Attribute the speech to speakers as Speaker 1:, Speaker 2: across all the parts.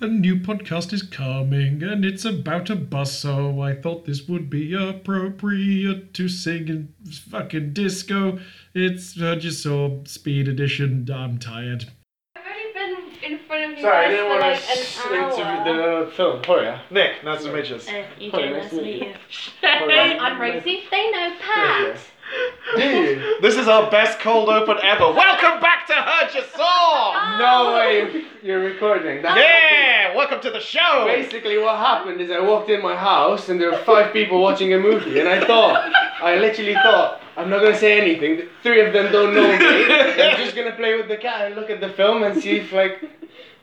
Speaker 1: A new podcast is coming and it's about a bus, so I thought this would be appropriate to sing in fucking disco. It's Hergisaur Speed Edition. I'm tired.
Speaker 2: I've already been in front of you
Speaker 3: Sorry, I
Speaker 2: guys
Speaker 3: didn't
Speaker 2: for
Speaker 3: want
Speaker 2: like
Speaker 3: to
Speaker 2: an hour.
Speaker 3: interview the film. Horia. Nick, nice to meet you.
Speaker 2: Uh, EJ,
Speaker 3: Hi,
Speaker 2: nice
Speaker 3: nice
Speaker 2: to
Speaker 3: to
Speaker 2: meet
Speaker 3: meet
Speaker 2: you.
Speaker 3: Hi.
Speaker 2: I'm Rosie. They know Pat.
Speaker 3: Hey, this is our best cold open ever. Welcome back to Hurt Your
Speaker 2: Ah.
Speaker 3: Soul!
Speaker 4: No way you're recording. That's
Speaker 3: Yeah, welcome to the show.
Speaker 4: Basically, what happened is I walked in my house and there were five people watching a movie, and I thought, I literally thought, I'm not gonna say anything. Three of them don't know me. I'm just gonna play with the cat and look at the film and see if like,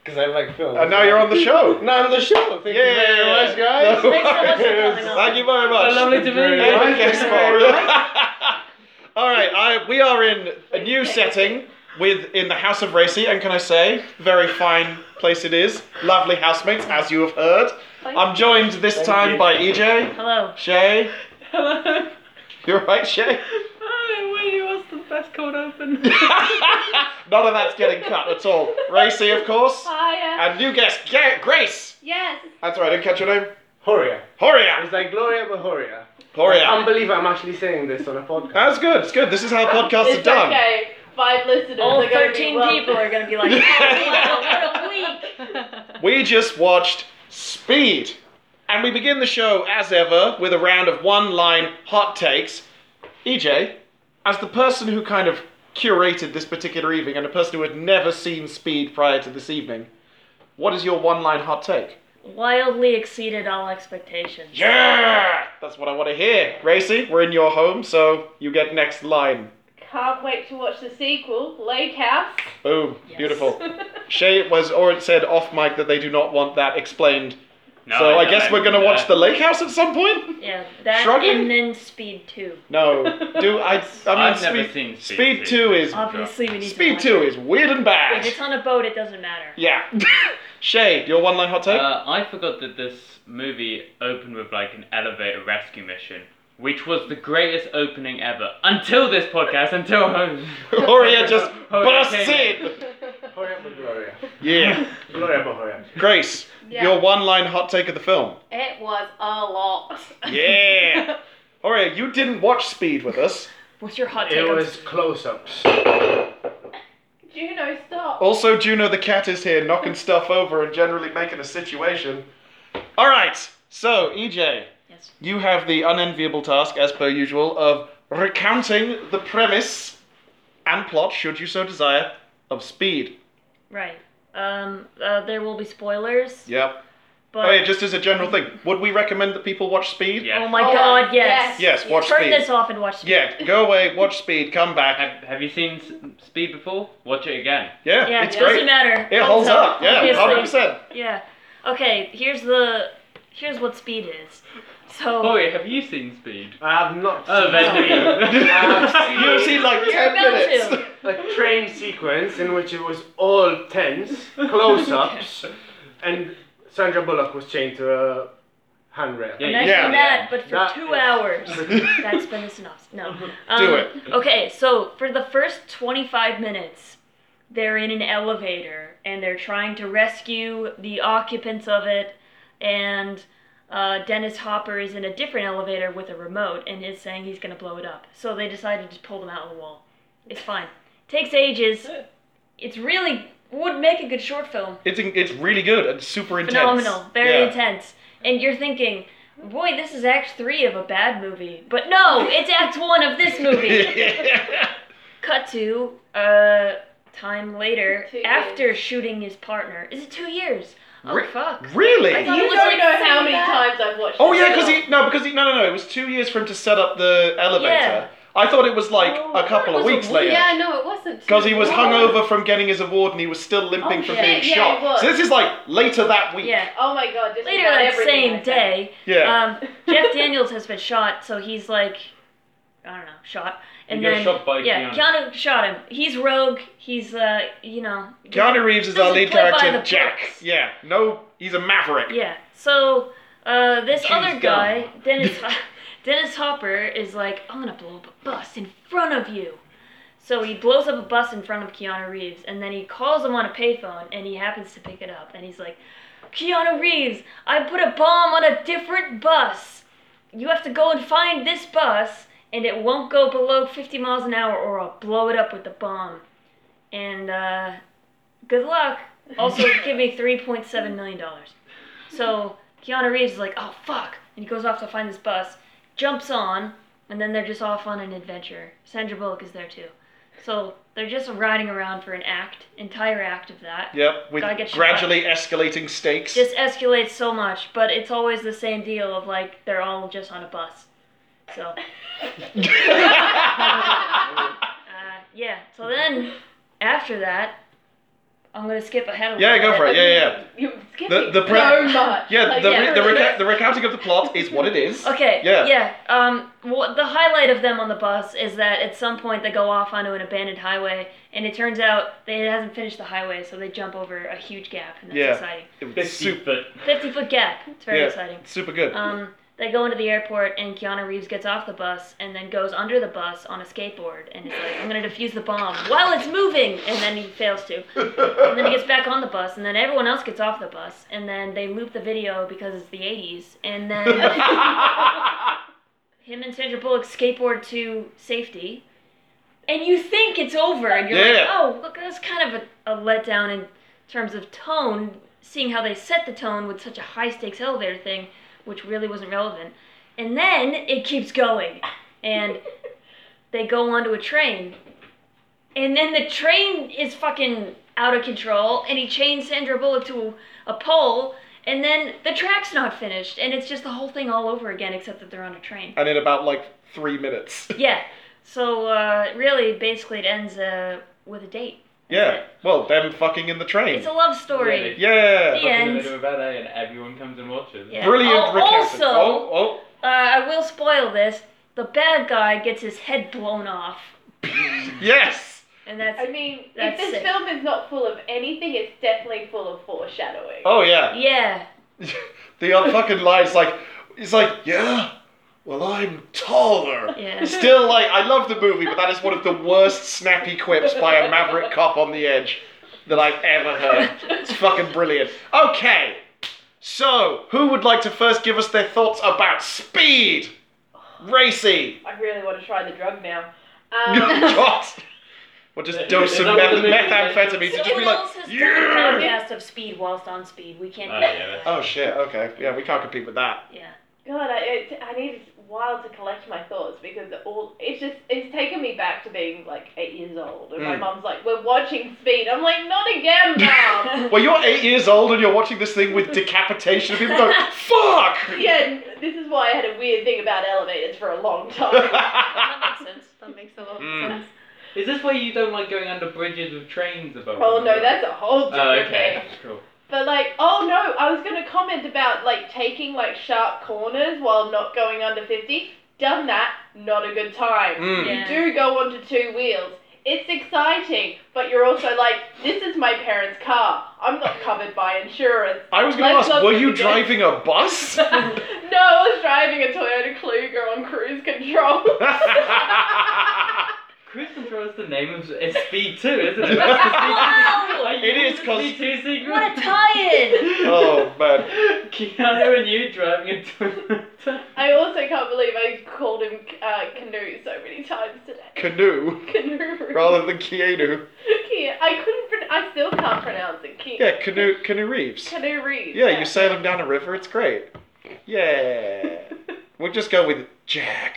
Speaker 4: because I like films.
Speaker 3: And now you're on the show.
Speaker 4: Now I'm on the show. Thank you very
Speaker 3: Yeah.
Speaker 4: much, guys.
Speaker 3: No
Speaker 2: Thanks so much for coming on.
Speaker 3: Thank you very much.
Speaker 4: Lovely to meet you.
Speaker 3: Thank you,
Speaker 4: Thank you very
Speaker 3: Scott.
Speaker 4: much.
Speaker 3: All right, I, we are in a new setting with in the House of Racy, and can I say, very fine place it is. Lovely housemates, as you have heard. I'm joined this time
Speaker 4: you.
Speaker 3: by EJ,
Speaker 2: Hello.
Speaker 3: Shay.
Speaker 5: Hello.
Speaker 3: You're right, Shay.
Speaker 5: Hi, where you was the best cold open?
Speaker 3: None of that's getting cut at all. Racy, of course,
Speaker 2: Hiya.
Speaker 3: and new guest Ga- Grace.
Speaker 2: Yes.
Speaker 3: That's right. I didn't catch your name.
Speaker 4: Horia.
Speaker 3: Horia.
Speaker 4: It's like Gloria but Horia. I
Speaker 3: Horia.
Speaker 4: can't believe I'm actually saying this on a podcast.
Speaker 3: That's good. It's good. This is how podcasts are
Speaker 6: It's
Speaker 3: done.
Speaker 6: okay. Five listeners
Speaker 2: All
Speaker 6: are going to be
Speaker 2: 13
Speaker 6: well
Speaker 2: people are going to be like,
Speaker 3: Yeah.
Speaker 2: oh, wow, what a week.
Speaker 3: We just watched Speed. And we begin the show, as ever, with a round of one line hot takes. EJ, as the person who kind of curated this particular evening and a person who had never seen Speed prior to this evening, what is your one line hot take?
Speaker 2: Wildly exceeded all expectations.
Speaker 3: Yeah! That's what I want to hear. Racy, we're in your home, so you get next line.
Speaker 6: Can't wait to watch the sequel, Lake House.
Speaker 3: Boom. Beautiful. Shay was or said off mic that they do not want that explained.
Speaker 7: Oh,
Speaker 3: so I, guess we're gonna watch the lake house at some point?
Speaker 2: Yeah, that
Speaker 3: Shrugging?
Speaker 2: and then Speed 2.
Speaker 3: No. Do I? I mean,
Speaker 7: I've
Speaker 3: speed,
Speaker 7: never seen Speed
Speaker 3: Speed
Speaker 7: two.
Speaker 3: Two is
Speaker 2: Obviously, we need
Speaker 3: Speed
Speaker 2: to
Speaker 3: Two
Speaker 2: watch
Speaker 3: is weird and
Speaker 2: it. If it's
Speaker 3: bad.
Speaker 2: on a boat, it doesn't matter.
Speaker 3: Yeah. Shay, your one line hot take.
Speaker 7: Uh, I forgot that this movie opened with like an elevator rescue mission, which was the greatest opening ever until this podcast, until home.
Speaker 3: Horia just
Speaker 7: Oh,
Speaker 3: bursts
Speaker 7: okay.
Speaker 3: in.
Speaker 4: Horia but Gloria.
Speaker 3: Yeah.
Speaker 4: Gloria but Horia.
Speaker 3: Grace,
Speaker 6: Yeah.
Speaker 3: your one line hot take of the film.
Speaker 6: It was a lot.
Speaker 3: Yeah. Horia, you didn't watch Speed with us.
Speaker 2: What's your hot take?
Speaker 4: It
Speaker 2: on-
Speaker 4: was close-ups.
Speaker 6: Juno, stop.
Speaker 3: Also, Juno the cat is here, knocking stuff over and generally making a situation. All right. So, EJ,
Speaker 2: Yes.
Speaker 3: you have the unenviable task, as per usual, of recounting the premise and plot, should you so desire, of Speed.
Speaker 2: Right. Um, uh, there will be spoilers.
Speaker 3: Yep.
Speaker 2: But
Speaker 3: Oh yeah, just as a general thing, would we recommend that people watch Speed?
Speaker 7: Yeah.
Speaker 2: Oh my
Speaker 6: Oh,
Speaker 2: god, yes.
Speaker 6: yes.
Speaker 3: Yes, watch
Speaker 2: Turn
Speaker 3: Speed.
Speaker 2: this off and watch Speed.
Speaker 3: Yeah, go away, watch Speed, come back.
Speaker 7: Have, have you seen S- Speed before? Watch it again.
Speaker 3: Yeah,
Speaker 2: Yeah,
Speaker 3: it's
Speaker 2: it doesn't
Speaker 3: great.
Speaker 2: matter.
Speaker 3: It holds up. Yeah,
Speaker 2: obviously.
Speaker 3: hundred percent.
Speaker 2: Yeah. Okay, here's the here's what speed is. So
Speaker 7: Oh, wait, have you seen Speed?
Speaker 4: I have not
Speaker 7: Oh,
Speaker 4: seen
Speaker 7: then
Speaker 4: I have seen
Speaker 3: You've seen like
Speaker 2: You're
Speaker 3: ten
Speaker 2: about
Speaker 3: minutes.
Speaker 2: to.
Speaker 4: a train sequence in which it was all tense, close-ups, and Sandra Bullock was chained to a handrail.
Speaker 7: Yeah,
Speaker 2: imagine
Speaker 3: Yeah.
Speaker 2: that, but for
Speaker 4: That
Speaker 2: two
Speaker 4: is-
Speaker 2: hours. That's been the synopsis. No.
Speaker 3: Do
Speaker 2: it. Okay, so for the first 25 minutes, they're in an elevator and they're trying to rescue the occupants of it. And uh, Dennis Hopper is in a different elevator with a remote and is saying he's going to blow it up. So they decided to pull them out of the wall. It's fine. Takes ages. It's really would make a good short film.
Speaker 3: It's it's really good and super intense.
Speaker 2: Phenomenal, very
Speaker 3: Yeah.
Speaker 2: intense. And you're thinking, boy, this is Act Three of a bad movie. But no, it's Act One of this movie. Cut to uh, time later,
Speaker 6: Two
Speaker 2: after shooting his partner. Is it two years? Oh
Speaker 3: Re-
Speaker 2: fuck! I
Speaker 3: really?
Speaker 2: thought-
Speaker 6: You
Speaker 2: was
Speaker 6: don't
Speaker 2: like
Speaker 6: know how many
Speaker 2: that.
Speaker 6: times I've watched
Speaker 3: Oh
Speaker 6: it.
Speaker 3: yeah, because he no, because he no no no. It was two years for him to set up the elevator.
Speaker 2: Yeah.
Speaker 3: I thought it was like
Speaker 2: Oh, I
Speaker 3: a
Speaker 2: thought
Speaker 3: couple
Speaker 2: it
Speaker 3: of
Speaker 2: was a
Speaker 3: weeks
Speaker 2: week.
Speaker 3: later.
Speaker 6: Yeah, no, it wasn't.
Speaker 3: Because he was
Speaker 6: Oh.
Speaker 3: hungover from getting his award and he was still limping
Speaker 2: Oh,
Speaker 3: from
Speaker 2: shit.
Speaker 3: being
Speaker 6: Yeah,
Speaker 3: shot.
Speaker 6: he was.
Speaker 3: So this is like later that week.
Speaker 2: Yeah.
Speaker 6: Oh my god, just
Speaker 2: Later
Speaker 6: about
Speaker 2: that
Speaker 6: everything I
Speaker 2: same
Speaker 6: said.
Speaker 2: day,
Speaker 3: Yeah.
Speaker 2: um, Jeff Daniels has been shot, so he's like, I don't know, shot. And
Speaker 7: got
Speaker 2: then
Speaker 7: shot by
Speaker 2: yeah, Keanu. shot him. He's rogue. He's uh, you know,
Speaker 3: Keanu Reeves is our
Speaker 2: Doesn't
Speaker 3: lead
Speaker 2: play by
Speaker 3: character,
Speaker 2: the
Speaker 3: Jack.
Speaker 2: books.
Speaker 3: Yeah. No, he's a maverick.
Speaker 2: Yeah. So uh, this
Speaker 7: Choose
Speaker 2: other
Speaker 7: gum.
Speaker 2: guy, Dennis Dennis Hopper, is like, I'm gonna blow up a bus in front of you. So he blows up a bus in front of Keanu Reeves, and then he calls him on a payphone, and he happens to pick it up, and he's like, Keanu Reeves, I put a bomb on a different bus. You have to go and find this bus, and it won't go below 50 miles an hour, or I'll blow it up with the bomb. And uh, good luck. Also, give me 3.7 million dollars. So Keanu Reeves is like, oh fuck, and he goes off to find this bus, jumps on, and then they're just off on an adventure. Sandra Bullock is there too. So they're just riding around for an act, entire act of that.
Speaker 3: Yep, with
Speaker 2: Gotta get shot.
Speaker 3: gradually escalating stakes.
Speaker 2: Just escalates so much, but it's always the same deal of like they're all just on a bus. So uh, yeah. So then after that, I'm gonna skip ahead a little.
Speaker 3: yeah, go for it. Yeah, yeah. yeah.
Speaker 6: You skip
Speaker 3: The-
Speaker 6: it
Speaker 3: the pre-
Speaker 6: so much.
Speaker 3: Yeah,
Speaker 6: Like,
Speaker 3: the,
Speaker 2: yeah.
Speaker 3: Re- the, reca- the recounting of the plot is what it is.
Speaker 2: Okay.
Speaker 3: Yeah.
Speaker 2: Yeah. Um. wha- the highlight of them on the bus is that at some point they go off onto an abandoned highway, and it turns out they it hasn't finished the highway, so they jump over a huge gap, and that's
Speaker 3: Yeah.
Speaker 2: exciting.
Speaker 3: It's super,
Speaker 2: Fifty foot gap. It's very
Speaker 3: Yeah.
Speaker 2: exciting.
Speaker 3: super good.
Speaker 2: Um, they go into the airport, and Keanu Reeves gets off the bus and then goes under the bus on a skateboard and is like, I'm going to defuse the bomb while it's moving! And then he fails to. And then he gets back on the bus, and then everyone else gets off the bus, and then they loop the video because it's the 80s, and then him and Sandra Bullock skateboard to safety. And you think it's over, and you're
Speaker 3: Yeah.
Speaker 2: like, oh, look, that's kind of a, a letdown in terms of tone, seeing how they set the tone with such a high stakes elevator thing, which really wasn't relevant. And then it keeps going, and they go onto a train, and then the train is fucking out of control, and he chains Sandra Bullock to a pole, and then the track's not finished, and it's just the whole thing all over again, except that they're on a train.
Speaker 3: and in about like three minutes.
Speaker 2: Yeah. So uh, really, basically, it ends uh, with a date.
Speaker 3: yeah. Well, them fucking in the train.
Speaker 2: It's a love story.
Speaker 7: Really?
Speaker 3: yeah.
Speaker 2: The end.
Speaker 7: In the middle of LA and everyone comes and watches.
Speaker 2: Yeah.
Speaker 3: Brilliant
Speaker 2: Al-
Speaker 3: recounting.
Speaker 2: also-
Speaker 3: Oh, oh.
Speaker 2: Uh, I will spoil this. The bad guy gets his head blown off,
Speaker 3: Yes.
Speaker 2: and that's
Speaker 6: I mean,
Speaker 2: That's
Speaker 6: if this
Speaker 2: sick.
Speaker 6: film is not full of anything, it's definitely full of foreshadowing.
Speaker 3: Oh yeah.
Speaker 2: yeah.
Speaker 3: The uh, fucking line's like, it's like, yeah. Well, I'm taller.
Speaker 2: Yeah.
Speaker 3: Still, like, I love the movie, but that is one of the worst snappy quips by a maverick cop on the edge that I've ever heard. It's fucking brilliant. Okay. So, who would like to first give us their thoughts about speed? Racy.
Speaker 6: I really want to try the drug now. Um,
Speaker 3: God. Or just dose
Speaker 7: Is
Speaker 3: some
Speaker 7: that
Speaker 3: meth-
Speaker 7: what the movie
Speaker 3: methamphetamines and just be
Speaker 2: Someone
Speaker 3: like,
Speaker 2: else has
Speaker 3: yeah.
Speaker 2: done a podcast of speed whilst on speed. We can't
Speaker 7: Oh,
Speaker 2: do
Speaker 7: yeah,
Speaker 2: that.
Speaker 7: that's-
Speaker 3: Oh shit, okay. Yeah, we can't compete with that.
Speaker 2: yeah.
Speaker 6: God, I, it, I need a while to collect my thoughts because all it's just it's taken me back to being like eight years old, and my
Speaker 3: Mm.
Speaker 6: mum's like, "We're watching Speed." I'm like, "Not again, mum."
Speaker 3: Well, you're eight years old and you're watching this thing with decapitation and people go, fuck!
Speaker 6: yeah, this is why I had a weird thing about elevators for a long time.
Speaker 2: That makes sense.
Speaker 6: that makes a lot
Speaker 3: of Mm. sense.
Speaker 7: Is this why you don't like going under bridges with trains above?
Speaker 6: Oh no, that's a whole different
Speaker 7: Oh,
Speaker 6: thing.
Speaker 7: okay. Cool.
Speaker 6: But like, oh no, I was gonna comment about like taking like sharp corners while not going under fifty. Done that, not a good time.
Speaker 3: Mm.
Speaker 2: Yeah.
Speaker 6: You do go onto two wheels. It's exciting, but you're also like, this is my parents' car. I'm not covered by insurance.
Speaker 3: I was gonna
Speaker 6: Let's
Speaker 3: ask,
Speaker 6: not
Speaker 3: were
Speaker 6: do
Speaker 3: you
Speaker 6: this.
Speaker 3: driving a bus?
Speaker 6: no, I was driving a Toyota Kluger on cruise control.
Speaker 7: Cruise control is the name of it's speed two, isn't it?
Speaker 2: Wow!
Speaker 3: It is, 'cause-
Speaker 7: speed two sequel.
Speaker 2: What a tie-in!
Speaker 3: oh man.
Speaker 7: Keanu and you driving a Toyota.
Speaker 6: I also can't believe I called him uh, Canoe so many times today.
Speaker 3: Canoe
Speaker 6: Canoe.
Speaker 3: rather than Keanu.
Speaker 6: Kia. I couldn't. Pron- I still can't pronounce it. Kia.
Speaker 3: Yeah, Canoe Canoe Reeves.
Speaker 6: Canoe Reeves.
Speaker 3: Yeah, you sail him down a river, it's great. Yeah. We'll just go with Jack.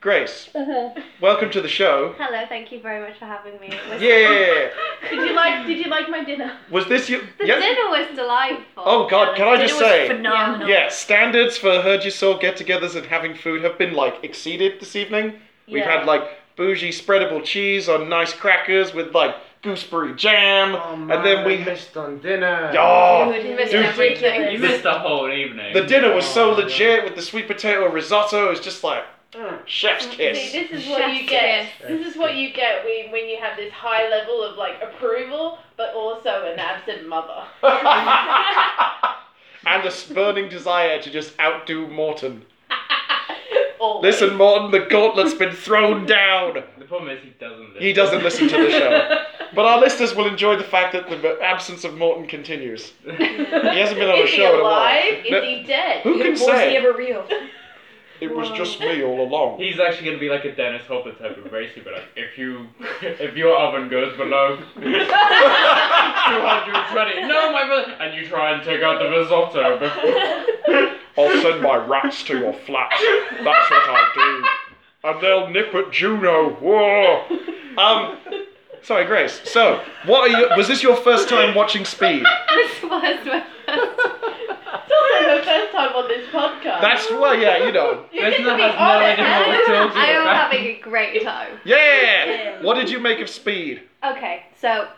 Speaker 3: Grace,
Speaker 2: Uh-huh.
Speaker 3: welcome to the show.
Speaker 6: Hello, thank you very much for having me. It was-
Speaker 3: Yeah.
Speaker 6: Did you like? Did you like my dinner?
Speaker 3: Was this you?
Speaker 6: The
Speaker 3: Yep.
Speaker 6: dinner was delightful.
Speaker 3: Oh god, can I
Speaker 2: It
Speaker 3: just
Speaker 2: was
Speaker 3: say?
Speaker 2: phenomenal.
Speaker 3: Yeah, standards for Heard You Soul get-togethers and having food have been like exceeded this evening. We've
Speaker 2: Yeah.
Speaker 3: had like bougie spreadable cheese on nice crackers with like gooseberry jam,
Speaker 8: Oh,
Speaker 3: and then we.
Speaker 8: missed on dinner.
Speaker 3: Oh,
Speaker 2: Dude,
Speaker 6: missed
Speaker 2: dude,
Speaker 6: everything.
Speaker 7: You
Speaker 2: ridiculous.
Speaker 7: missed the whole evening.
Speaker 3: the dinner was so
Speaker 8: Oh, yeah.
Speaker 3: legit with the sweet potato risotto. It's just like mm, chef's
Speaker 6: See,
Speaker 3: kiss.
Speaker 6: this is what you Chef's get.
Speaker 8: kiss.
Speaker 6: This is what you get when, when you have this high level of like approval, but also an absent mother.
Speaker 3: and this burning desire to just outdo Morton.
Speaker 6: Always.
Speaker 3: Listen, Morton, the gauntlet's been thrown down.
Speaker 7: The problem is he doesn't. Listen.
Speaker 3: He doesn't listen to the show. But our listeners will enjoy the fact that the absence of Morton continues. He hasn't been on a
Speaker 6: Is he
Speaker 3: show in a
Speaker 6: alive?
Speaker 3: while.
Speaker 6: Is
Speaker 3: No,
Speaker 6: he dead?
Speaker 3: Who can
Speaker 2: Was he
Speaker 3: say?
Speaker 2: ever real?
Speaker 3: It was just me all along.
Speaker 7: He's actually gonna be like a Dennis Hopper type of racer, but like if you if your oven goes below 220, no, my brother, and you try and take out the risotto. Before,
Speaker 3: I'll send my rats to your flat. That's what I'll do. And they'll nip at Juno. Whoa. Um, sorry, Grace. So, what are you? Was this your first time watching Speed?
Speaker 5: This was my
Speaker 6: It's also her first time on this podcast.
Speaker 3: That's well, yeah, you know.
Speaker 6: you
Speaker 7: Lesnar
Speaker 6: get to be
Speaker 7: has no
Speaker 6: honest.
Speaker 7: idea what we're talking
Speaker 5: I am
Speaker 7: about.
Speaker 5: having a great time.
Speaker 3: Yeah. What did you make of Speed?
Speaker 5: Okay, so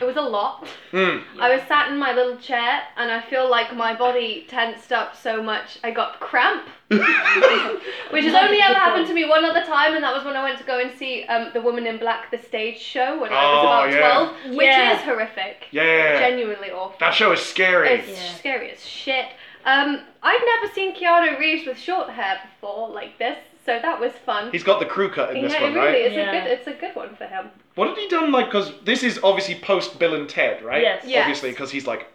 Speaker 5: it was a lot.
Speaker 3: Mm.
Speaker 5: I was sat in my little chair and I feel like my body tensed up so much I got cramp, which has only ever happened to me one other time, and that was when I went to go and see um, The Woman in Black, the stage show, when I was
Speaker 3: Oh,
Speaker 5: about
Speaker 3: yeah.
Speaker 5: 12, which
Speaker 2: Yeah.
Speaker 5: is horrific.
Speaker 3: Yeah.
Speaker 5: Genuinely awful.
Speaker 3: That show is scary.
Speaker 5: It's
Speaker 2: Yeah.
Speaker 5: scary as shit. Um, I've never seen Keanu Reeves with short hair before like this, so that was fun.
Speaker 3: He's got the crew cut in this
Speaker 5: Yeah,
Speaker 3: one,
Speaker 5: it really
Speaker 3: right?
Speaker 5: is
Speaker 2: Yeah.
Speaker 5: a good. It's a good one for him.
Speaker 3: What had he done? Like, because this is obviously post Bill and Ted, right?
Speaker 2: Yes.
Speaker 5: Yes.
Speaker 3: Obviously, because he's like,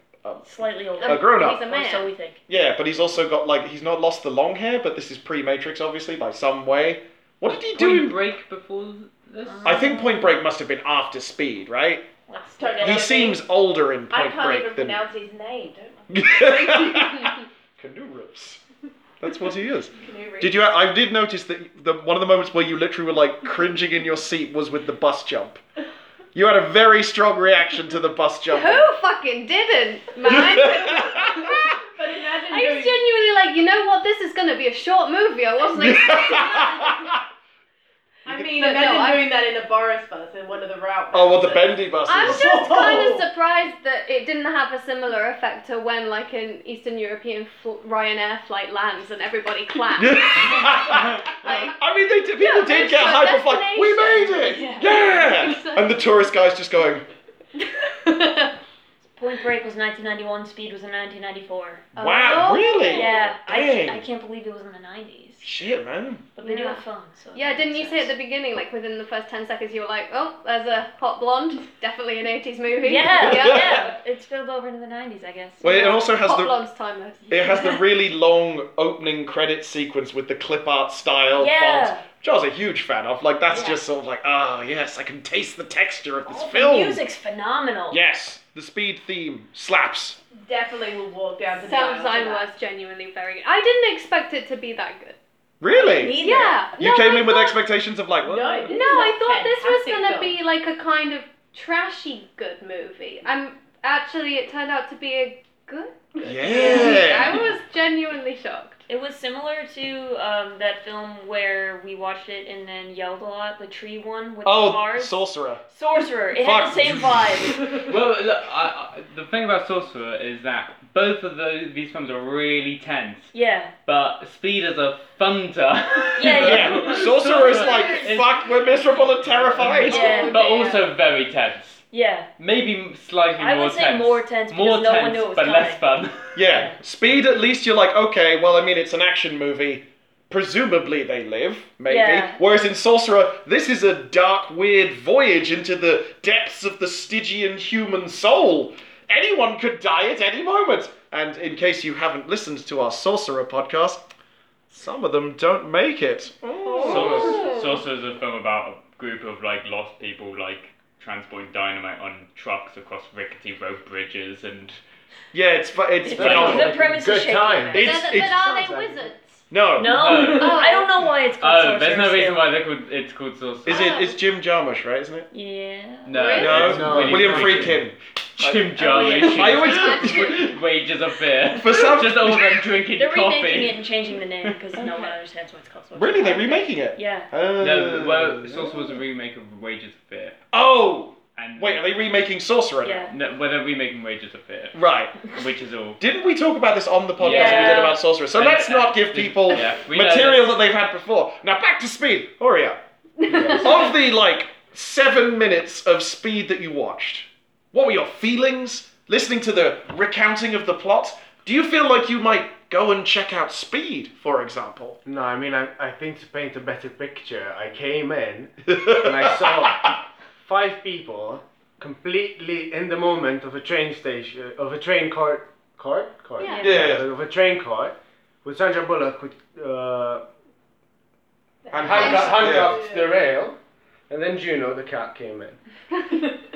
Speaker 2: Slightly older.
Speaker 3: A grown up.
Speaker 5: He's a
Speaker 2: Or so
Speaker 5: man.
Speaker 2: we think.
Speaker 3: yeah, but he's also got like he's not lost the long hair, but this is pre Matrix, obviously, by some way. What did he do?
Speaker 7: Point
Speaker 3: in-
Speaker 7: break before this?
Speaker 3: I think Point Break must have been after Speed, right?
Speaker 2: Last
Speaker 6: Sorry,
Speaker 2: time.
Speaker 3: He seems older in
Speaker 6: I
Speaker 3: Point
Speaker 6: can't even
Speaker 3: Break than.
Speaker 6: pronounce his name, don't
Speaker 3: Canoe rips. That's what he is. Did you? I did notice that the, one of the moments where you literally were like cringing in your seat was with the bus jump. You had a very strong reaction to the bus jump.
Speaker 5: Who fucking didn't, man?
Speaker 6: But imagine
Speaker 5: I
Speaker 6: doing
Speaker 5: was genuinely like, you know what? This is gonna be a short movie. I wasn't. Like,
Speaker 6: I mean,
Speaker 5: No,
Speaker 6: imagine
Speaker 5: no, I-
Speaker 6: doing that in a Boris bus in one of the route.
Speaker 3: oh, well, the
Speaker 6: buses.
Speaker 3: bendy buses.
Speaker 5: I'm just kind of surprised that it didn't have a similar effect to when, like, an Eastern European fl- Ryanair flight lands and everybody claps.
Speaker 3: I mean, they did, people
Speaker 5: Yeah,
Speaker 3: did
Speaker 5: it's
Speaker 3: get
Speaker 5: the
Speaker 3: hype of like, we made
Speaker 5: destination."
Speaker 3: it, yeah. And the tourist guy's just going,
Speaker 2: Point Break was 1991. Speed was in 1994.
Speaker 3: wow,
Speaker 5: Oh.
Speaker 3: really?
Speaker 2: Yeah, I,
Speaker 3: Dang.
Speaker 2: I can't believe it was in the 90s.
Speaker 3: Shit, man.
Speaker 2: But they do
Speaker 5: Yeah.
Speaker 2: have phones. So it
Speaker 5: Yeah, didn't you
Speaker 2: makes
Speaker 5: say at
Speaker 2: sense.
Speaker 5: the beginning, like within the first 10 seconds, you were like, oh, there's a hot blonde, definitely an 80s movie.
Speaker 2: Yeah,
Speaker 5: yeah.
Speaker 2: yeah. It spilled over into the 90s, I guess.
Speaker 3: Well, it also has
Speaker 5: Hot
Speaker 3: the
Speaker 5: blonde's timeless.
Speaker 3: it has the really long opening credit sequence with the clip art style
Speaker 2: Yeah.
Speaker 3: font, which I was a huge fan of. Like that's
Speaker 2: Yeah.
Speaker 3: just sort of like, ah, yes, I can taste the texture of this
Speaker 2: Oh,
Speaker 3: film.
Speaker 2: The music's phenomenal.
Speaker 3: Yes, the speed theme slaps.
Speaker 6: Definitely will walk down to the aisle
Speaker 5: Sound
Speaker 6: to
Speaker 5: design
Speaker 6: that.
Speaker 5: was genuinely very good. I didn't expect it to be that good.
Speaker 3: Really?
Speaker 2: Me
Speaker 5: Yeah.
Speaker 3: You
Speaker 5: no,
Speaker 3: came
Speaker 5: I
Speaker 3: in with
Speaker 5: thought-
Speaker 3: expectations of like, what?
Speaker 6: No, it
Speaker 5: No,
Speaker 6: didn't.
Speaker 5: I thought this was
Speaker 6: Fantastic
Speaker 5: gonna
Speaker 6: film.
Speaker 5: be like a kind of trashy good movie. I'm actually it turned out to be a good. I
Speaker 3: Yeah.
Speaker 5: was genuinely shocked.
Speaker 2: It was similar to um, that film where we watched it and then yelled a lot, the tree one with the
Speaker 3: Oh,
Speaker 2: cars.
Speaker 3: sorcerer.
Speaker 2: Sorcerer. It had
Speaker 3: Fuck.
Speaker 2: the same vibe.
Speaker 7: Well, look, I, I, the thing about Sorcerer is that both of those, these films are really tense,
Speaker 2: yeah.
Speaker 7: but Speed is a fun time.
Speaker 2: Yeah,
Speaker 3: Yeah, sorcerer is like,
Speaker 7: It's-
Speaker 3: fuck, we're miserable and terrified.
Speaker 2: Yeah.
Speaker 7: but also very tense.
Speaker 2: Yeah.
Speaker 7: Maybe slightly
Speaker 2: I
Speaker 7: more
Speaker 2: would
Speaker 7: tense.
Speaker 2: say more tense because
Speaker 7: More
Speaker 2: no
Speaker 7: tense,
Speaker 2: one knew it was
Speaker 7: but
Speaker 2: coming.
Speaker 7: less fun.
Speaker 3: Yeah, speed. At least you're like, okay, well, I mean, it's an action movie. Presumably they live, maybe.
Speaker 2: Yeah.
Speaker 3: Whereas in Sorcerer, this is a dark, weird voyage into the depths of the Stygian human soul. Anyone could die at any moment. And in case you haven't listened to our Sorcerer podcast, some of them don't make it.
Speaker 7: Oh. Sorcerer, Sorcerer is a film about a group of like lost people, like transporting dynamite on trucks across rickety road bridges, and
Speaker 3: Yeah, it's fu- it's
Speaker 2: The
Speaker 3: phenomenal.
Speaker 2: premise
Speaker 8: Good
Speaker 2: is shaky.
Speaker 8: time.
Speaker 2: man.
Speaker 3: It's-
Speaker 5: but, but
Speaker 3: it's-
Speaker 5: are they wizards?
Speaker 3: No.
Speaker 2: No.
Speaker 7: Oh.
Speaker 2: I don't know why it's
Speaker 7: oh,
Speaker 2: called Sorcerer.
Speaker 7: there's no reason
Speaker 2: still.
Speaker 7: why they're called, it's called Sorcerer.
Speaker 3: Is it? It's Jim Jarmusch, right? Isn't it?
Speaker 2: Yeah.
Speaker 7: No,
Speaker 5: Really?
Speaker 7: it's
Speaker 8: No.
Speaker 3: William Friedkin.
Speaker 7: Jim Jarmusch.
Speaker 3: I always-
Speaker 7: W- wages of fear.
Speaker 3: For some-
Speaker 7: just all of them drinking
Speaker 2: They're remaking it
Speaker 7: coffee.
Speaker 2: and changing the name because no one understands why it's called Sorcerer.
Speaker 3: Really? They're remaking it?
Speaker 2: Yeah.
Speaker 3: Oh.
Speaker 7: No, well, Sorcerer was a remake of Wages of Fear.
Speaker 3: Oh!
Speaker 7: And
Speaker 3: Wait, are they remaking Sorcerer now?
Speaker 2: Yeah.
Speaker 7: No, well, they're remaking Wages of Fear,
Speaker 3: Right.
Speaker 7: which is all.
Speaker 3: Didn't we talk about this on the podcast we
Speaker 2: Yeah.
Speaker 3: did about Sorcerer? So
Speaker 7: Yeah. uh,
Speaker 3: let's not give people
Speaker 7: Yeah, we know
Speaker 3: material that they've had before. Now back to speed. Hurry up. of the like seven minutes of speed that you watched, what were your feelings listening to the recounting of the plot? Do you feel like you might go and check out Speed, for example?
Speaker 8: No, I mean, I, I think to paint a better picture, I came in and I saw five people
Speaker 4: completely in the moment of a train station, of a train cart, cart, cart,
Speaker 5: Yeah.
Speaker 3: Yeah, yeah.
Speaker 4: of a train cart with Sandra Bullock with uh,
Speaker 3: And
Speaker 4: handcuff-
Speaker 3: yeah.
Speaker 4: handcuffed to the rail, and then Juno the cat came in,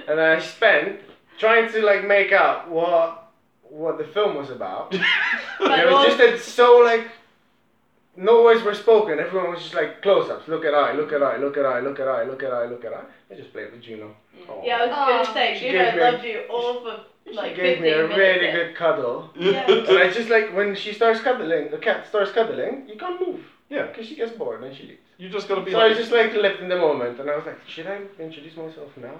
Speaker 4: and I spent trying to like make out what what the film was about. it was just that so like no words were spoken. Everyone was just like close ups. Look at I. Look at I. Look at I. Look at I. Look at I. Look at I. I just played with Juno. Oh.
Speaker 6: Yeah, I was
Speaker 5: Aw.
Speaker 6: gonna say,
Speaker 4: She
Speaker 6: you
Speaker 4: gave
Speaker 6: know,
Speaker 4: me
Speaker 6: I
Speaker 4: a-
Speaker 6: loved you all for like
Speaker 4: she gave
Speaker 6: 15
Speaker 4: me a
Speaker 6: minutes.
Speaker 4: really
Speaker 6: in.
Speaker 4: good cuddle.
Speaker 6: Yeah.
Speaker 4: And I just like when she starts cuddling, the cat starts cuddling. You can't move. Yeah, because she gets bored and she leaves.
Speaker 3: You just gotta be
Speaker 4: So I
Speaker 3: like.
Speaker 4: was just like left in the moment, and I was like, should I introduce myself now?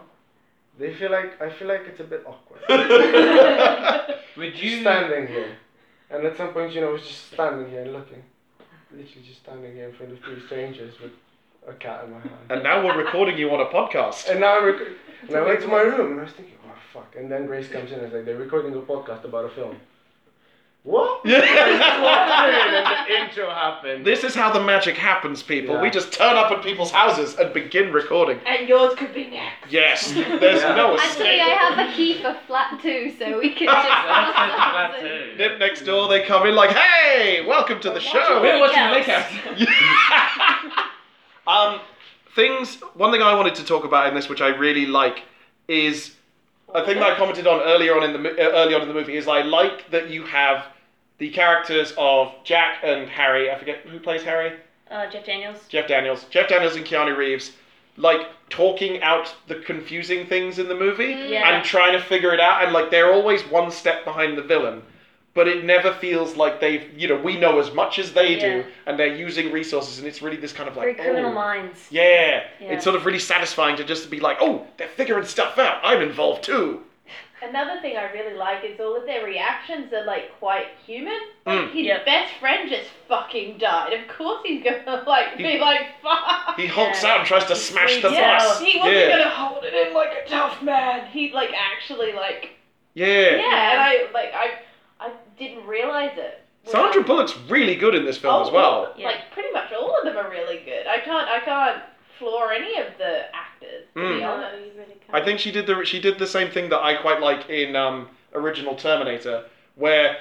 Speaker 4: They feel like I feel like it's a bit awkward.
Speaker 7: Would you
Speaker 4: She's standing here, and at some point, you know, I was just standing here and looking, literally just standing here in front of three strangers with a cat in my hand.
Speaker 3: and now we're recording you on a podcast.
Speaker 4: And now I rec- and I went to my room and I was thinking, oh fuck. And then Grace comes in and is like, they're recording a podcast about a film. What? and the intro happened.
Speaker 3: This is how the magic happens, people.
Speaker 4: Yeah.
Speaker 3: We just turn up at people's houses and begin recording.
Speaker 6: And yours could be next.
Speaker 3: Yes, there's
Speaker 4: Yeah.
Speaker 3: no
Speaker 5: Actually,
Speaker 3: escape.
Speaker 5: I have a key for flat two, so we can
Speaker 7: That's
Speaker 5: just.
Speaker 7: it, that's it.
Speaker 3: Nip next door, they come in like, hey, welcome to the show.
Speaker 7: We're watching
Speaker 2: Lickhouse.
Speaker 7: Lickhouse.
Speaker 3: um, things. One thing I wanted to talk about in this, which I really like, is a thing that I commented on earlier on in the mo- uh, early on in the movie. Is I like that you have the characters of Jack and Harry. I forget who plays Harry.
Speaker 2: Uh, Jeff Daniels.
Speaker 3: Jeff Daniels, Jeff Daniels and Keanu Reeves, like talking out the confusing things in the movie
Speaker 2: Yeah.
Speaker 3: and trying to figure it out, and like they're always one step behind the villain, but it never feels like they've, you know, we know as much as they
Speaker 2: Yeah.
Speaker 3: do, and they're using resources, and it's really this kind of
Speaker 2: Very
Speaker 3: like,
Speaker 2: criminal
Speaker 3: oh,
Speaker 2: minds.
Speaker 3: yeah.
Speaker 2: Yeah.
Speaker 3: it's sort of really satisfying to just be like, oh, they're figuring stuff out. I'm involved too.
Speaker 6: Another thing I really like is all of their reactions are like quite human.
Speaker 4: Hmm.
Speaker 6: Like
Speaker 3: Mm.
Speaker 6: his
Speaker 2: Yep.
Speaker 6: best friend just fucking died. Of course he's gonna like
Speaker 3: He-
Speaker 6: be like fuck.
Speaker 3: He hulks out and tries to smash the
Speaker 2: Yeah.
Speaker 3: bus.
Speaker 6: he wasn't
Speaker 3: Yeah,
Speaker 6: gonna hold it in like a tough man. He like actually like yeah,
Speaker 3: yeah.
Speaker 6: and I like I I didn't realize it. When
Speaker 3: Sandra
Speaker 6: I-
Speaker 3: Bullock's really good in this film
Speaker 6: Oh,
Speaker 3: as well.
Speaker 6: all- Like pretty much all of them are really good. I can't I can't floor any of the actors to be
Speaker 3: Mm.
Speaker 6: honest.
Speaker 3: I think she did the she did the same thing that I quite like in um, original Terminator, where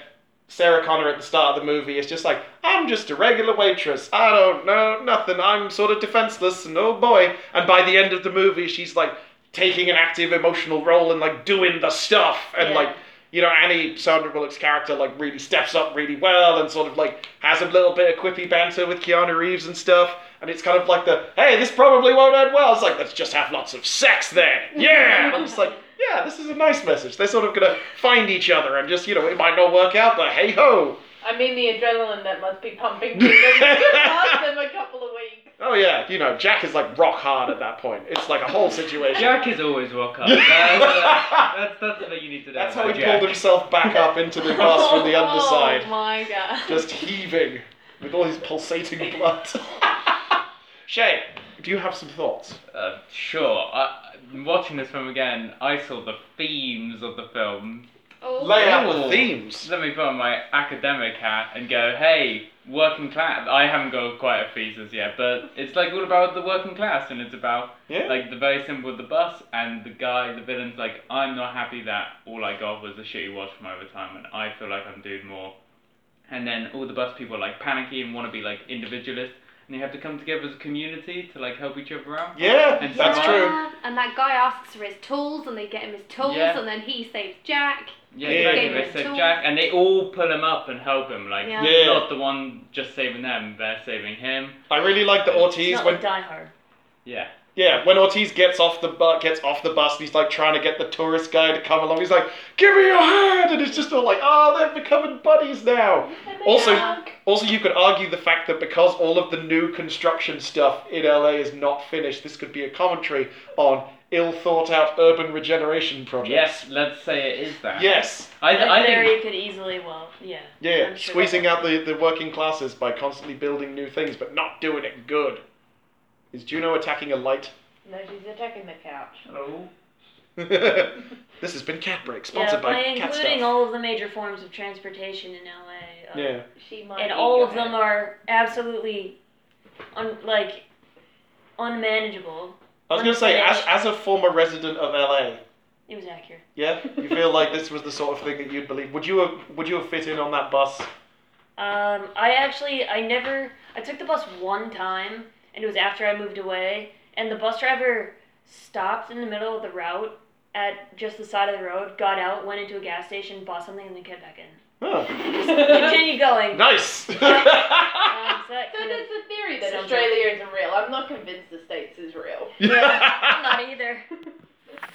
Speaker 3: Sarah Connor at the start of the movie is just like, "I'm just a regular waitress. I don't know nothing. I'm sort of defenseless, and oh boy." And by the end of the movie, she's like taking an active emotional role and like doing the stuff and
Speaker 2: Yeah.
Speaker 3: like. You know, Annie Sandra Bullock's character like really steps up really well and sort of like has a little bit of quippy banter with Keanu Reeves and stuff. And it's kind of like the, hey, this probably won't end well. It's like, let's just have lots of sex then. Yeah. And it's like, yeah, this is a nice message. They're sort of going to find each other and just, you know, it might not work out, but hey ho.
Speaker 6: I mean the adrenaline that must be pumping through them last them a couple of weeks.
Speaker 3: Oh, yeah. You know, Jack is like rock hard at that point. It's like a whole situation.
Speaker 7: Jack is always rock up. That's, uh, that's, that's what you need to know.
Speaker 3: That's how
Speaker 7: about
Speaker 3: he
Speaker 7: Jack.
Speaker 3: pulled himself back up into the bus from the underside.
Speaker 5: Oh my god.
Speaker 3: just heaving with all his pulsating blood. Shay, do you have some thoughts?
Speaker 7: Uh, sure. I, watching this film again, I saw the themes of the film.
Speaker 5: Oh.
Speaker 3: Lay out the
Speaker 7: Ooh.
Speaker 3: themes.
Speaker 7: Let me put on my academic hat and go, hey, working class. I haven't got quite a thesis yet, but it's like all about the working class, and it's about
Speaker 3: Yeah.
Speaker 7: like the very symbol of the bus and the guy, the villain's like, I'm not happy that all I got was a shitty watch for my retirement. I feel like I'm doing more. And then all the bus people are like panicky and want to be like individualist, and you have to come together as a community to like help each other out.
Speaker 3: yeah,
Speaker 7: And
Speaker 3: that's
Speaker 7: so-
Speaker 3: true.
Speaker 5: And that guy asks for his tools, and they get him his tools,
Speaker 7: Yeah.
Speaker 5: and then he saves Jack.
Speaker 7: Yeah,
Speaker 3: Yeah.
Speaker 7: exactly.
Speaker 5: Gave him
Speaker 7: They said
Speaker 5: tools.
Speaker 7: Jack, and they all pull him up and help him. Like,
Speaker 5: Yeah.
Speaker 7: he's
Speaker 3: Yeah.
Speaker 7: not the one just saving them; they're saving him.
Speaker 3: I really like the
Speaker 2: It's
Speaker 3: Ortiz
Speaker 2: not
Speaker 3: when
Speaker 2: like Die Hard.
Speaker 7: Yeah.
Speaker 3: yeah when Ortiz gets off the bu- gets off the bus and he's like trying to get the tourist guy to come along. He's like, "Give me your hand," and it's just all like, "Oh, they're becoming buddies now." Also, also you could argue the fact that because all of the new construction stuff in LA is not finished, this could be a commentary on ill thought out urban regeneration projects.
Speaker 7: Yes, let's say it is that.
Speaker 3: Yes.
Speaker 7: I, th- I
Speaker 2: there
Speaker 7: think
Speaker 2: you could easily, well, yeah.
Speaker 3: Yeah.
Speaker 2: I'm sure
Speaker 3: Squeezing
Speaker 2: that-
Speaker 3: out the, the working classes by constantly building new things, but not doing it good. Is Juno attacking a light?
Speaker 6: No, she's attacking the couch.
Speaker 7: Hello.
Speaker 3: this has been Cat Break,
Speaker 2: Yeah,
Speaker 3: sponsored
Speaker 2: by
Speaker 3: by Cat
Speaker 2: including
Speaker 3: Stuff.
Speaker 2: all of the major forms of transportation in LA. uh,
Speaker 3: yeah.
Speaker 6: She might
Speaker 2: And
Speaker 6: eat
Speaker 2: all
Speaker 6: your
Speaker 2: of them
Speaker 6: hand.
Speaker 2: are absolutely, un- like, unmanageable.
Speaker 3: I was gonna say, as, as a former resident of LA,
Speaker 2: It was accurate.
Speaker 3: Yeah, you feel like this was the sort of thing that you'd believe. Would you have, would you have fit in on that bus?
Speaker 2: Um, I actually, I never, I took the bus one time, and it was after I moved away, and the bus driver stopped in the middle of the route at just the side of the road, got out, went into a gas station, bought something, and then came back in.
Speaker 3: Oh,
Speaker 2: Continue going.
Speaker 3: nice.
Speaker 2: Um, so that
Speaker 6: So
Speaker 2: kind of-
Speaker 6: there's a theory that
Speaker 2: Sounds
Speaker 6: Australia isn't real. I'm not convinced the States is real.
Speaker 2: I'm not either.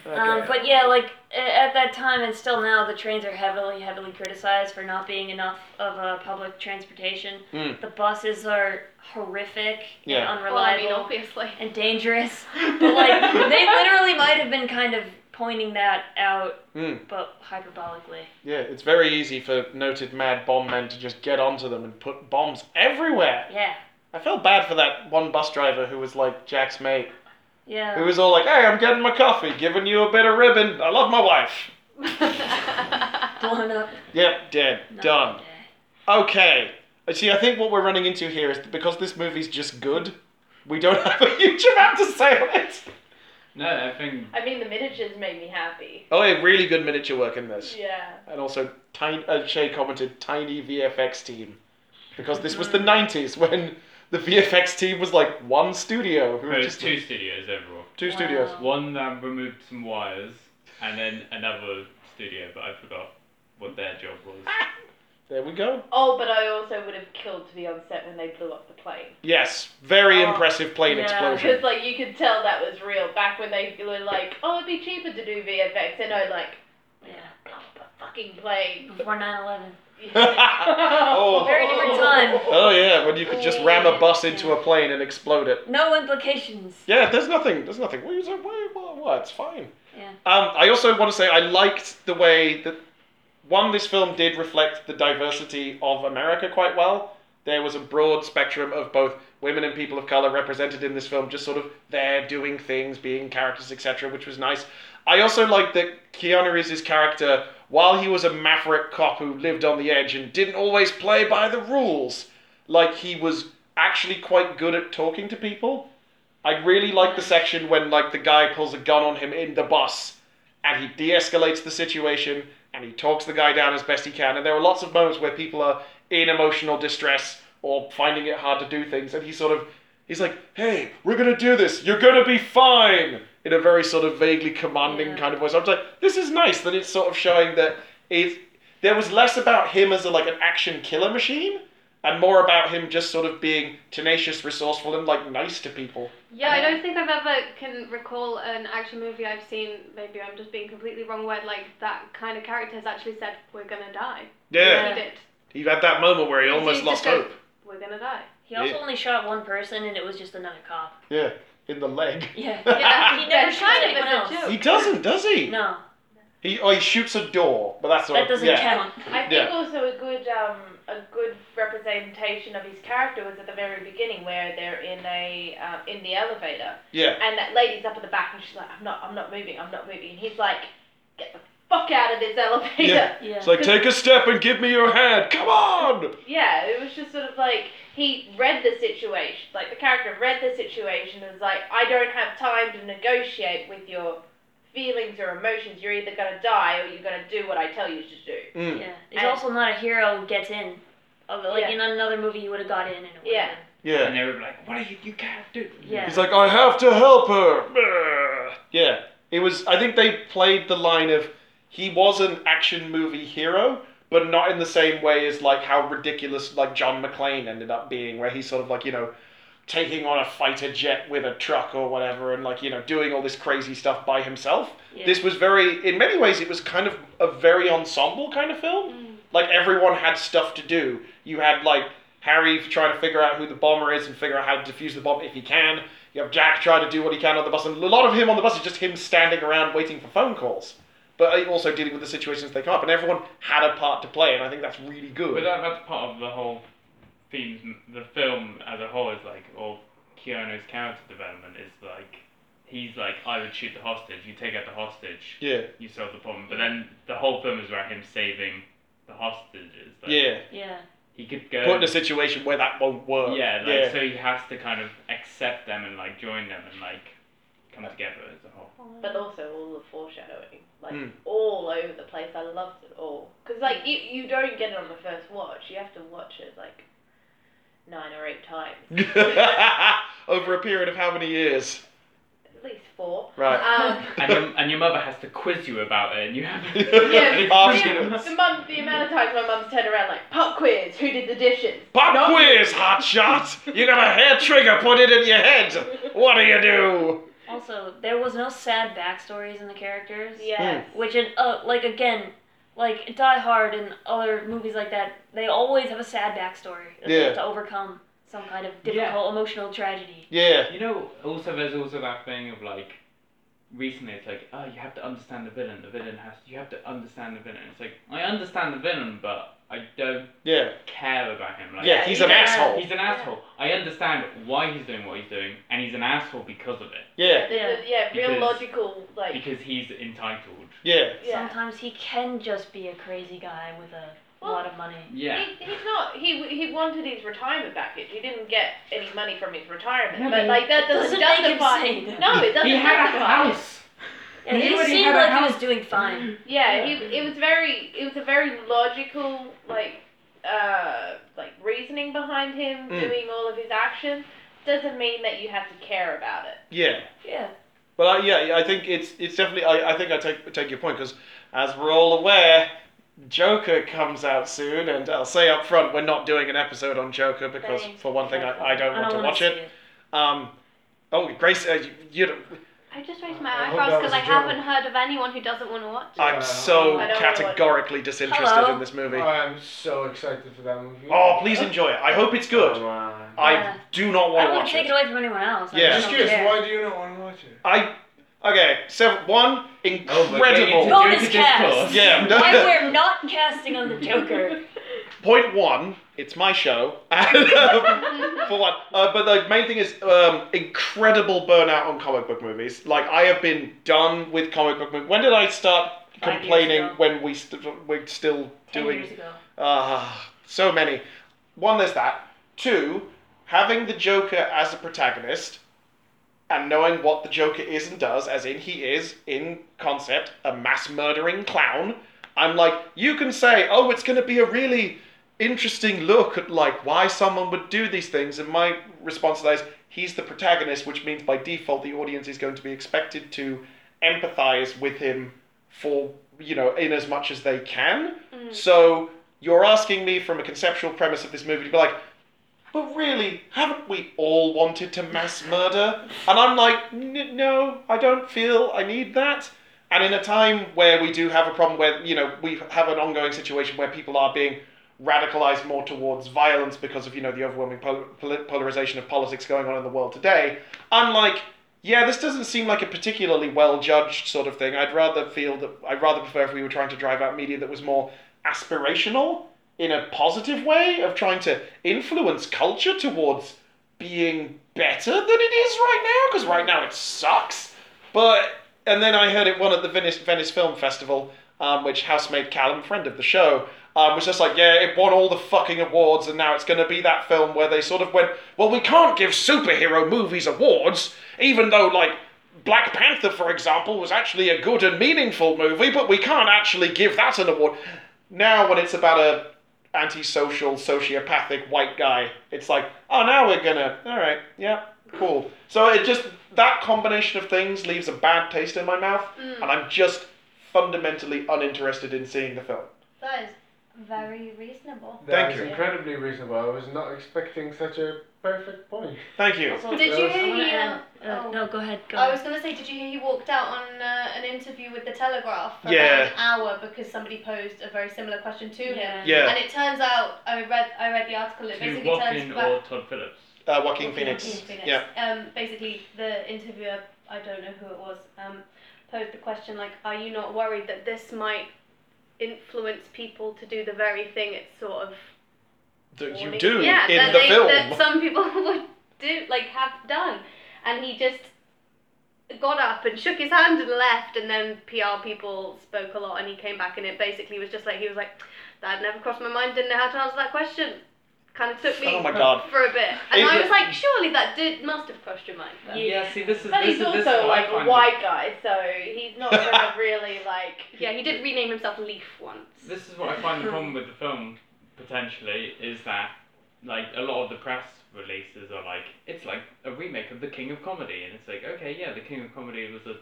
Speaker 2: Um,
Speaker 4: Okay.
Speaker 2: but yeah, like a- at that time and still now, the trains are heavily, heavily criticized for not being enough of a public transportation.
Speaker 3: Mm.
Speaker 2: The buses are horrific and
Speaker 3: Yeah.
Speaker 5: Well, I
Speaker 2: unreliable
Speaker 5: mean, obviously.
Speaker 2: and dangerous. But like they literally might have been kind of pointing that out,
Speaker 3: Hmm.
Speaker 2: but hyperbolically.
Speaker 3: Yeah, it's very easy for noted mad bomb men to just get onto them and put bombs everywhere.
Speaker 2: Yeah,
Speaker 3: I felt bad for that one bus driver who was like Jack's mate, who
Speaker 2: yeah.
Speaker 3: was all like, "Hey, I'm getting my coffee, giving you a bit of ribbon. I love my wife."
Speaker 2: Blown up.
Speaker 3: Yep, dead,
Speaker 2: Not
Speaker 3: done.
Speaker 2: dead.
Speaker 3: Okay. Uh, See, I think what we're running into here is that because this movie's just good, we don't have a huge amount to say on it.
Speaker 7: No, I think
Speaker 6: I mean, the miniatures made me happy.
Speaker 3: Oh, yeah, really good miniature work in this.
Speaker 6: Yeah.
Speaker 3: And also, tiny, uh, Shay commented, tiny VFX team. Because this was the
Speaker 2: Mm.
Speaker 3: 90s when the VFX team was like one studio. Who
Speaker 7: there's
Speaker 3: just,
Speaker 7: two studios overall.
Speaker 3: two
Speaker 2: Wow.
Speaker 3: studios.
Speaker 7: One that removed some wires, and then another studio, but I forgot what their job was.
Speaker 3: There we go.
Speaker 6: Oh, but I also would have killed to be on set when they blew up the plane.
Speaker 3: Yes, very
Speaker 2: Oh,
Speaker 3: impressive plane
Speaker 2: yeah,
Speaker 6: Because,
Speaker 3: explosion.
Speaker 6: like, you could tell that was real back when they were like, oh, it'd be cheaper to do VFX. And I, like,
Speaker 2: Yeah,
Speaker 6: blow up a fucking plane.
Speaker 2: before 9/11.
Speaker 3: Oh.
Speaker 2: Very different time.
Speaker 3: Oh, yeah, when you could just ram a bus into a plane and explode it.
Speaker 2: No implications.
Speaker 3: Yeah, there's nothing. There's nothing. What, what, what, what? It's fine.
Speaker 2: Yeah.
Speaker 3: Um, I also want to say I liked the way that one this film did reflect the diversity of America quite well. There was a broad spectrum of both women and people of color represented in this film, just sort of there doing things, being characters, etc., which was nice. I also liked that Keanu Reeves' character, while he was a maverick cop who lived on the edge and didn't always play by the rules, like he was actually quite good at talking to people. I really like the section when like the guy pulls a gun on him in the bus and he de-escalates the situation and he talks the guy down as best he can and there are lots of moments where people are in emotional distress or finding it hard to do things and he sort of he's like hey we're going to do this you're going to be fine in a very sort of vaguely commanding
Speaker 2: Yeah.
Speaker 3: kind of voice i was like this is nice that it's sort of showing that it there was less about him as a, like an action killer machine and more about him just sort of being tenacious resourceful and like nice to people
Speaker 5: Yeah, I don't think I've ever can recall an action movie I've seen. Maybe I'm just being completely wrong. Where like that kind of character has actually said, "We're gonna die."
Speaker 3: Yeah.
Speaker 5: He did.
Speaker 3: He had that moment where he almost
Speaker 5: He
Speaker 3: lost
Speaker 5: just
Speaker 3: hope.
Speaker 5: goes, We're gonna die.
Speaker 2: He also
Speaker 3: Yeah.
Speaker 2: only shot one person, and it was just another cop.
Speaker 3: Yeah, in the leg.
Speaker 2: Yeah.
Speaker 5: Yeah,
Speaker 2: He
Speaker 5: that
Speaker 2: never shot
Speaker 5: kind of
Speaker 2: anyone
Speaker 5: is a
Speaker 2: else.
Speaker 5: joke.
Speaker 3: He doesn't, does he?
Speaker 2: No,
Speaker 3: He oh, he shoots a door, but that's all.
Speaker 2: that doesn't
Speaker 3: yeah.
Speaker 2: count.
Speaker 6: I think
Speaker 3: Yeah.
Speaker 6: also a good um, a good representation of his character was at the very beginning where they're in a um, in the elevator
Speaker 3: Yeah,
Speaker 6: and that lady's up at the back and she's like I'm not I'm not moving I'm not moving and he's like get the fuck out of this elevator
Speaker 2: Yeah.
Speaker 3: it's like take a step and give me your hand. Come on.
Speaker 6: yeah. it was just sort of like he read the situation like the character read the situation and was like I don't have time to negotiate with your feelings or emotions you're either gonna die or you're gonna do what I tell you to do
Speaker 3: Mm.
Speaker 2: Yeah, he's
Speaker 6: And-
Speaker 2: also not a hero who gets in. Although, like
Speaker 6: Yeah.
Speaker 2: in another movie, he would have got in and it would
Speaker 6: Yeah.
Speaker 2: have
Speaker 3: Yeah.
Speaker 7: And they were like, "What are you? You can't do."
Speaker 2: been. Yeah.
Speaker 3: He's like, I have to help her. Yeah, it was. I think they played the line of he was an action movie hero, but not in the same way as like how ridiculous like John McClane ended up being, where he's sort of like you know taking on a fighter jet with a truck or whatever, and like you know doing all this crazy stuff by himself.
Speaker 2: yeah.
Speaker 3: This was very, in many ways, it was kind of a very ensemble kind of film.
Speaker 2: Mm.
Speaker 3: Like everyone had stuff to do. You had like Harry trying to figure out who the bomber is and figure out how to defuse the bomb if he can. You have Jack trying to do what he can on the bus, and a lot of him on the bus is just him standing around waiting for phone calls, but also dealing with the situations they come up. And everyone had a part to play, and I think that's really good.
Speaker 7: But uh, that, that's part of the whole theme. The film as a whole is like, or Keanu's character development is like, he's like, I would shoot the hostage. You take out the hostage,
Speaker 3: yeah,
Speaker 7: you solve the problem. But then the whole film is about him saving the hostages. Like,
Speaker 3: yeah.
Speaker 2: yeah.
Speaker 7: He could go.
Speaker 3: Put in a situation where that won't work.
Speaker 7: uh, yeah, like
Speaker 3: yeah.
Speaker 7: so he has to kind of accept them and like join them and like come together as a whole.
Speaker 6: But also all the foreshadowing, like
Speaker 3: Mm.
Speaker 6: all over the place. I loved it all because like you, you don't get it on the first watch. You have to watch it like nine or eight times,
Speaker 3: Over a period of how many years?
Speaker 6: at least four.
Speaker 3: Right.
Speaker 6: Um,
Speaker 7: And your, and your mother has to quiz you about it, and you have
Speaker 6: yeah,
Speaker 3: Afterwards.
Speaker 6: the, mum, the amount of times my mum's turned around like pop quiz, who did the dishes?
Speaker 3: Pop
Speaker 6: Not-
Speaker 3: quiz, hot shot! You got a hair trigger, put it in your head! What do you do?
Speaker 2: Also, there was no sad backstories in the characters.
Speaker 6: Yeah.
Speaker 7: Hmm.
Speaker 2: Which, in, uh, like, again, like Die Hard and other movies like that, they always have a sad backstory that they have
Speaker 3: Yeah.
Speaker 2: to overcome some kind of difficult emotional tragedy.
Speaker 3: Yeah.
Speaker 7: You know, also there's also that thing of like, recently it's like, oh, you have to understand the villain. The villain has you have to understand the villain. It's like I understand the villain, but I don't
Speaker 3: Yeah.
Speaker 7: care about him. Like,
Speaker 3: Yeah, he's an
Speaker 2: Yeah.
Speaker 3: asshole.
Speaker 7: he's an asshole. I understand why he's doing what he's doing, and he's an asshole because of it.
Speaker 3: Yeah.
Speaker 6: There's a- yeah, real
Speaker 7: Because-
Speaker 6: logical like.
Speaker 7: Because he's entitled.
Speaker 3: Yeah.
Speaker 6: Yeah.
Speaker 2: Sometimes he can just be a crazy guy with a
Speaker 6: Well,
Speaker 2: lot of money.
Speaker 7: Yeah.
Speaker 6: He, he's not. He he wanted his retirement package. He didn't get any money from his retirement.
Speaker 7: Yeah,
Speaker 6: but
Speaker 7: but
Speaker 6: like that doesn't,
Speaker 2: doesn't make him
Speaker 6: justify.
Speaker 2: sane.
Speaker 6: No, it doesn't
Speaker 7: He had a
Speaker 6: justify.
Speaker 7: house.
Speaker 2: And
Speaker 7: He
Speaker 2: it
Speaker 7: already
Speaker 2: seemed
Speaker 7: had a
Speaker 2: like he
Speaker 7: house.
Speaker 2: was doing fine.
Speaker 6: Yeah, he, it was very. It was a very logical like uh like reasoning behind him
Speaker 7: Hmm.
Speaker 3: Mm.
Speaker 6: doing all of his actions. Doesn't mean that you have to care about it.
Speaker 3: Yeah.
Speaker 2: Yeah.
Speaker 3: Well, I, yeah, I think it's it's definitely. I, I think I take take your point because, as we're all aware, Joker comes out soon, and I'll say up front we're not doing an episode on Joker because,
Speaker 6: Thanks.
Speaker 3: for one thing, I, I don't
Speaker 2: I
Speaker 3: want
Speaker 2: don't
Speaker 3: to
Speaker 2: want
Speaker 3: watch
Speaker 2: to see
Speaker 3: it.
Speaker 2: it.
Speaker 3: Um, oh, Grace, uh, you, you don't,
Speaker 5: I just raised my
Speaker 4: I hope
Speaker 5: eyebrows
Speaker 4: that
Speaker 5: because
Speaker 4: was
Speaker 5: I
Speaker 4: a joke.
Speaker 5: haven't heard of anyone who doesn't want to watch it.
Speaker 3: I'm
Speaker 4: Yeah.
Speaker 3: so
Speaker 6: I don't wanna watch it.
Speaker 3: categorically disinterested
Speaker 2: Hello?
Speaker 3: in this movie.
Speaker 4: I am so excited for Oh, that movie.
Speaker 3: Oh, please enjoy it. I hope it's good.
Speaker 4: Come on.
Speaker 3: I
Speaker 2: Yeah.
Speaker 3: do not
Speaker 2: I
Speaker 3: want
Speaker 2: don't
Speaker 3: to
Speaker 2: want to
Speaker 3: watch
Speaker 2: take it
Speaker 3: it.
Speaker 2: away from anyone else. I
Speaker 3: Yeah.
Speaker 4: Just
Speaker 2: just don't
Speaker 4: curious,
Speaker 2: care.
Speaker 4: why do you not want to watch it?
Speaker 3: I okay. So one
Speaker 7: Oh, we're getting into
Speaker 3: incredible.
Speaker 2: Bonus
Speaker 7: Joker
Speaker 2: cast.
Speaker 7: discourse.
Speaker 3: Yeah.
Speaker 2: Why we're not casting on the Joker.
Speaker 3: Point one, it's my show. And, um, for one, uh, but the main thing is um, incredible burnout on comic book movies. Like I have been done with comic book movies. When did I start
Speaker 2: Five years
Speaker 3: complaining?
Speaker 2: ago.
Speaker 3: When we st- we're still
Speaker 2: Ten
Speaker 3: doing
Speaker 2: years ago.
Speaker 3: Ah, so many. One, there's that. Two, having the Joker as a protagonist and knowing what the Joker is and does, as in he is, in concept, a mass murdering clown. I'm like, you can say, oh, it's going to be a really interesting look at like why someone would do these things and my response to that is he's the protagonist which means by default the audience is going to be expected to empathize with him for you know in as much as they can so you're asking me from a conceptual premise of this movie to be like but really haven't we all wanted to mass murder and i'm like "N- no i don't feel i need that and in a time where we do have a problem where you know we have an ongoing situation where people are being radicalized more towards violence because of you know the overwhelming pol- pol- polarization of politics going on in the world today i'm like yeah this doesn't seem like a particularly well judged sort of thing i'd rather feel that i'd rather prefer if we were trying to drive out media that was more aspirational in a positive way of trying to influence culture towards being better than it is right now because right now it sucks but and then I heard it one at the Venice Venice Film Festival, um, which housemate Callum, friend of the show, um, was just like, yeah, it won all the fucking awards, and now it's going to be that film where they sort of went, well, we can't give superhero movies awards, even though like. Black Panther, for example, was actually a good and meaningful movie, but we can't actually give that an award. Now, when it's about a antisocial, sociopathic white guy. It's like, oh, now we're gonna, all right, yeah, cool. So it just that combination of things leaves a bad taste in my mouth,
Speaker 5: Mm.
Speaker 3: and I'm just fundamentally uninterested in seeing the film.
Speaker 5: That is very reasonable.
Speaker 3: Thank
Speaker 4: That is
Speaker 3: you.
Speaker 4: incredibly reasonable. I was not expecting such a perfect point.
Speaker 3: Thank you.
Speaker 2: Also,
Speaker 5: Did you
Speaker 4: I
Speaker 5: hear
Speaker 2: I wanna
Speaker 5: he, uh,
Speaker 2: add- uh,
Speaker 5: oh.
Speaker 2: No, go ahead. Go
Speaker 5: I
Speaker 2: ahead.
Speaker 5: was going to say, did you hear he walked out on uh, an interview with The Telegraph for
Speaker 3: Yeah.
Speaker 5: about an hour because somebody posed a very similar question to him?
Speaker 2: yeah.
Speaker 3: Yeah,
Speaker 5: And it turns out, I read I read the article, it
Speaker 7: To
Speaker 5: basically turns
Speaker 7: Walken
Speaker 5: back...
Speaker 7: or Todd Phillips.
Speaker 3: uh, Joaquin
Speaker 5: Joaquin
Speaker 3: Phoenix.
Speaker 5: Phoenix.
Speaker 3: Yeah,
Speaker 5: Um, basically, the interviewer, I don't know who it was, um, posed the question like, "Are you not worried that this might influence people to do the very thing it's sort of
Speaker 3: that you
Speaker 5: warning-
Speaker 3: do
Speaker 5: yeah,
Speaker 3: Hmm, in
Speaker 5: that
Speaker 3: the
Speaker 5: they,
Speaker 3: film.
Speaker 5: that some people would do like have done?" And he just got up and shook his hand and left and then PR people spoke a lot and he came back and it basically was just like he was like that never crossed my mind didn't know how to answer that question Kind of took me
Speaker 3: Oh my god.
Speaker 5: for a bit, and
Speaker 3: It-
Speaker 5: I was like, surely that did must have crossed your mind. Then.
Speaker 7: Yeah, see, this is
Speaker 6: But
Speaker 7: this
Speaker 6: he's
Speaker 7: is this is
Speaker 6: also
Speaker 7: what I
Speaker 6: like a
Speaker 7: find-
Speaker 6: white guy, so he's not gonna really like.
Speaker 5: Yeah, he did rename himself Leaf once.
Speaker 7: This is what I find the problem with the film potentially is that like a lot of the press releases are like it's like a remake of The King of Comedy and it's like okay yeah The King of Comedy was an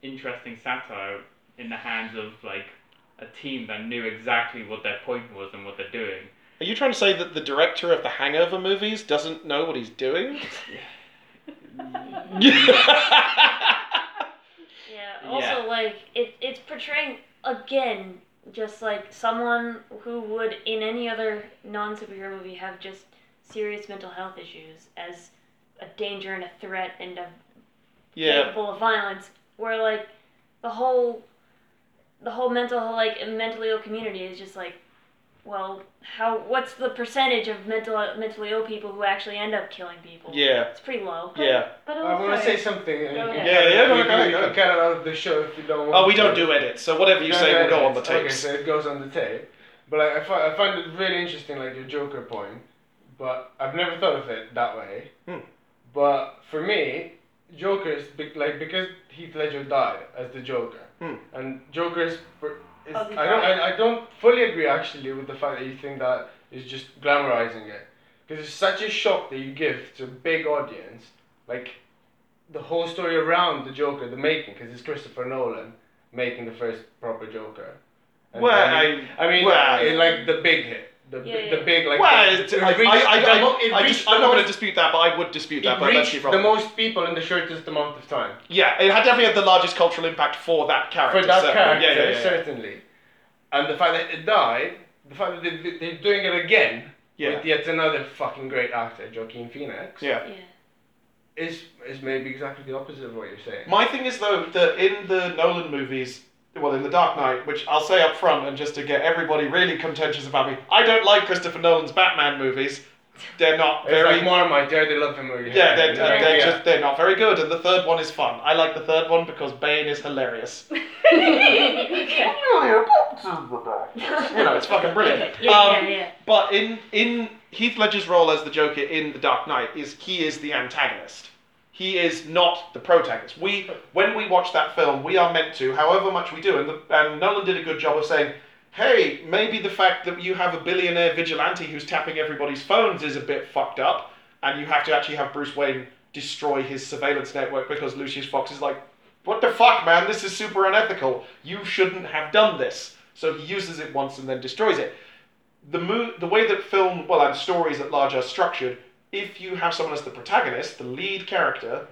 Speaker 7: interesting satire in the hands of like a team that knew exactly what their point was and what they're doing.
Speaker 3: Are you trying to say that the director of the Hangover movies doesn't know what he's doing?
Speaker 2: Yeah.
Speaker 7: Yeah.
Speaker 2: Also, like it, it's portraying again just like someone who would in any other non superhero movie have just serious mental health issues as a danger and a threat and a
Speaker 3: yeah.
Speaker 2: capable of violence. Where like the whole the whole mental like mentally ill community is just like, well, how what's the percentage of mental mentally ill people who actually end up killing people?
Speaker 3: Yeah.
Speaker 2: It's pretty low.
Speaker 3: Yeah.
Speaker 6: But
Speaker 4: I
Speaker 6: also,
Speaker 4: want to say something. and you
Speaker 6: Go
Speaker 4: can
Speaker 6: ahead.
Speaker 4: cut it
Speaker 3: Yeah, yeah,
Speaker 4: out.
Speaker 3: no, go
Speaker 4: You can-
Speaker 3: ahead,
Speaker 4: you
Speaker 3: go
Speaker 4: can
Speaker 3: ahead.
Speaker 4: cut it out of the show if you don't want
Speaker 3: Oh, we
Speaker 4: to.
Speaker 3: don't do edits, so whatever you
Speaker 4: No,
Speaker 3: say
Speaker 4: no,
Speaker 3: will go on the
Speaker 4: it's- Okay,
Speaker 3: tapes.
Speaker 4: so it goes on the tape. But like, I, fi- I find it really interesting, like your Joker point. But I've never thought of it that way.
Speaker 3: Hmm.
Speaker 4: But for me, Joker is be- like because Heath Ledger died as the Joker,
Speaker 3: Hmm.
Speaker 4: and Joker is. per- is
Speaker 6: Oh, he
Speaker 4: I don't.
Speaker 6: died.
Speaker 4: I, I don't fully agree actually with the fact that you think that is just glamorizing it because it's such a shock that you give to a big audience, like the whole story around the Joker, the making, because it's Christopher Nolan making the first proper Joker. And
Speaker 3: Well,
Speaker 4: then-
Speaker 3: I,
Speaker 4: I mean,
Speaker 3: well-
Speaker 4: it- like the big hit, the,
Speaker 2: Yeah,
Speaker 4: the
Speaker 2: yeah.
Speaker 4: big like.
Speaker 3: well,
Speaker 4: the-
Speaker 3: it's-
Speaker 4: it
Speaker 3: I,
Speaker 4: reached
Speaker 3: I,
Speaker 4: the mo-
Speaker 3: I,
Speaker 4: it
Speaker 3: I, I
Speaker 4: reached
Speaker 3: just,
Speaker 4: the
Speaker 3: I'm not going to
Speaker 4: most-
Speaker 3: dispute that, but I would dispute that. But
Speaker 4: It
Speaker 3: let's be
Speaker 4: reached the
Speaker 3: wrong.
Speaker 4: most people in the shortest amount of time
Speaker 3: yeah, it had definitely had the largest cultural impact for that character.
Speaker 4: for that
Speaker 3: certainly.
Speaker 4: character,
Speaker 3: Yeah, yeah, yeah.
Speaker 4: certainly. And the fact that it died, the fact that they, they're doing it again
Speaker 3: Yeah.
Speaker 4: with yet another fucking great actor, Joaquin Phoenix,
Speaker 3: Yeah.
Speaker 2: Yeah.
Speaker 4: is is maybe exactly the opposite of what you're saying.
Speaker 3: My thing is though that in the Nolan movies, well, in the Dark Knight, which I'll say up front, and just to get everybody really contentious about me, I don't like Christopher Nolan's Batman movies. They're not
Speaker 4: It's
Speaker 3: very.
Speaker 4: like Marmite, they either love him or you hate
Speaker 3: yeah,
Speaker 4: him,
Speaker 3: they're,
Speaker 4: you know?
Speaker 3: they're, they're
Speaker 4: Yeah.
Speaker 3: just they're not very good. And the third one is fun. I like the third one because Bane is hilarious. you know, it's fucking brilliant.
Speaker 2: Yeah,
Speaker 3: um,
Speaker 2: yeah, yeah.
Speaker 3: But in in Heath Ledger's role as the Joker in The Dark Knight is he is the antagonist. He is not the protagonist. We when we watch that film, we are meant to, however much we do, and, the, and Nolan did a good job of saying, hey, maybe the fact that you have a billionaire vigilante who's tapping everybody's phones is a bit fucked up, and you have to actually have Bruce Wayne destroy his surveillance network because Lucius Fox is like, what the fuck, man? This is super unethical. You shouldn't have done this. So he uses it once and then destroys it the mo- the way that film, well, and stories at large are structured, if you have someone as the protagonist, the lead character,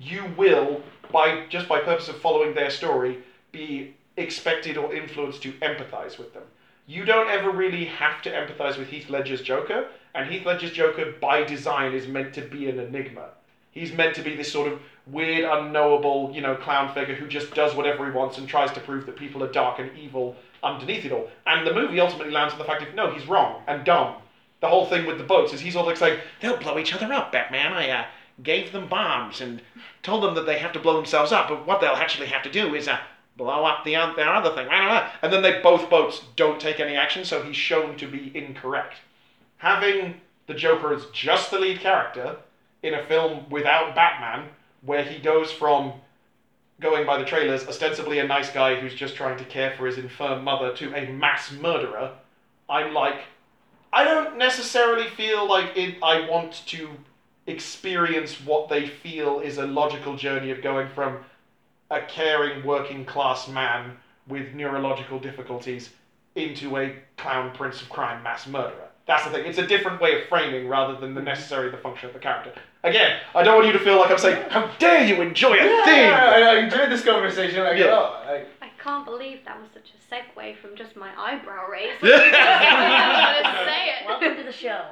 Speaker 3: you will, by just by purpose of following their story, be expected or influenced to empathize with them. You don't ever really have to empathize with Heath Ledger's Joker, and Heath Ledger's Joker, by design, is meant to be an enigma. He's meant to be this sort of weird, unknowable, you know, clown figure who just does whatever he wants and tries to prove that people are dark and evil underneath it all. And the movie ultimately lands on the fact of no, he's wrong and dumb. The whole thing with the boats is he's all like saying they'll blow each other up, Batman. I uh, gave them bombs and told them that they have to blow themselves up, but what they'll actually have to do is uh, blow up the oth- their other thing. And then they both boats don't take any action, so he's shown to be incorrect. Having the Joker as just the lead character in a film without Batman, where he goes from going by the trailers, ostensibly a nice guy who's just trying to care for his infirm mother to a mass murderer, I'm like, I don't necessarily feel like it, I want to experience what they feel is a logical journey of going from a caring working class man with neurological difficulties into a clown prince of crime mass murderer. That's the thing. It's a different way of framing rather than the
Speaker 4: Mm-hmm.
Speaker 3: necessary the function of the character. Again, I don't want you to feel like I'm saying, "How dare you enjoy a thing!"
Speaker 4: Yeah, I, I enjoyed this conversation like
Speaker 3: Yeah.
Speaker 4: a lot. Like,
Speaker 5: I can't believe that was such a segue from just my eyebrow raise.
Speaker 3: yeah,
Speaker 5: I'm gonna say it.
Speaker 2: Welcome to the show.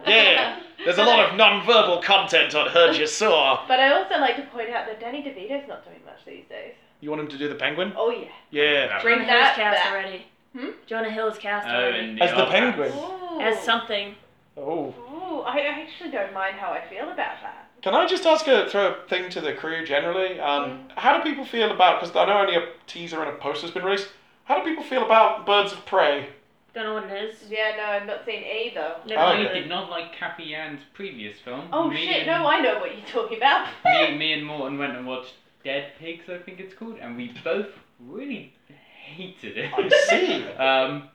Speaker 3: there's a lot of non-verbal content on Heard You Saw.
Speaker 6: But I also like to point out that Danny DeVito's not doing much these days.
Speaker 3: You want him to do the penguin?
Speaker 6: Oh yeah.
Speaker 3: Yeah.
Speaker 7: That-
Speaker 2: Jonah Hill's
Speaker 6: that
Speaker 2: cast
Speaker 6: back.
Speaker 2: already.
Speaker 6: Hmm?
Speaker 2: Jonah Hill's cast
Speaker 7: Oh,
Speaker 2: already.
Speaker 7: and
Speaker 3: As the
Speaker 7: other
Speaker 3: penguin.
Speaker 7: acts.
Speaker 6: Ooh.
Speaker 2: As something.
Speaker 3: Oh.
Speaker 6: Ooh, I I actually don't mind how I feel about that.
Speaker 3: Can I just ask a throw a thing to the crew generally? Um, How do people feel about? Because I know only a teaser and a poster's been released. How do people feel about Birds of Prey?
Speaker 2: Don't know what it is.
Speaker 6: Yeah, no, I've not seen either.
Speaker 2: Never
Speaker 3: Oh,
Speaker 7: I
Speaker 2: heard of
Speaker 3: okay.
Speaker 7: did not like Kathy Ann's previous film.
Speaker 6: Oh
Speaker 7: Me
Speaker 6: shit,
Speaker 7: and-
Speaker 6: no, I know what you're talking about.
Speaker 7: me, me and Morton went and watched Dead Pigs, I think it's called, and we both really hated it.
Speaker 3: I see.
Speaker 7: um,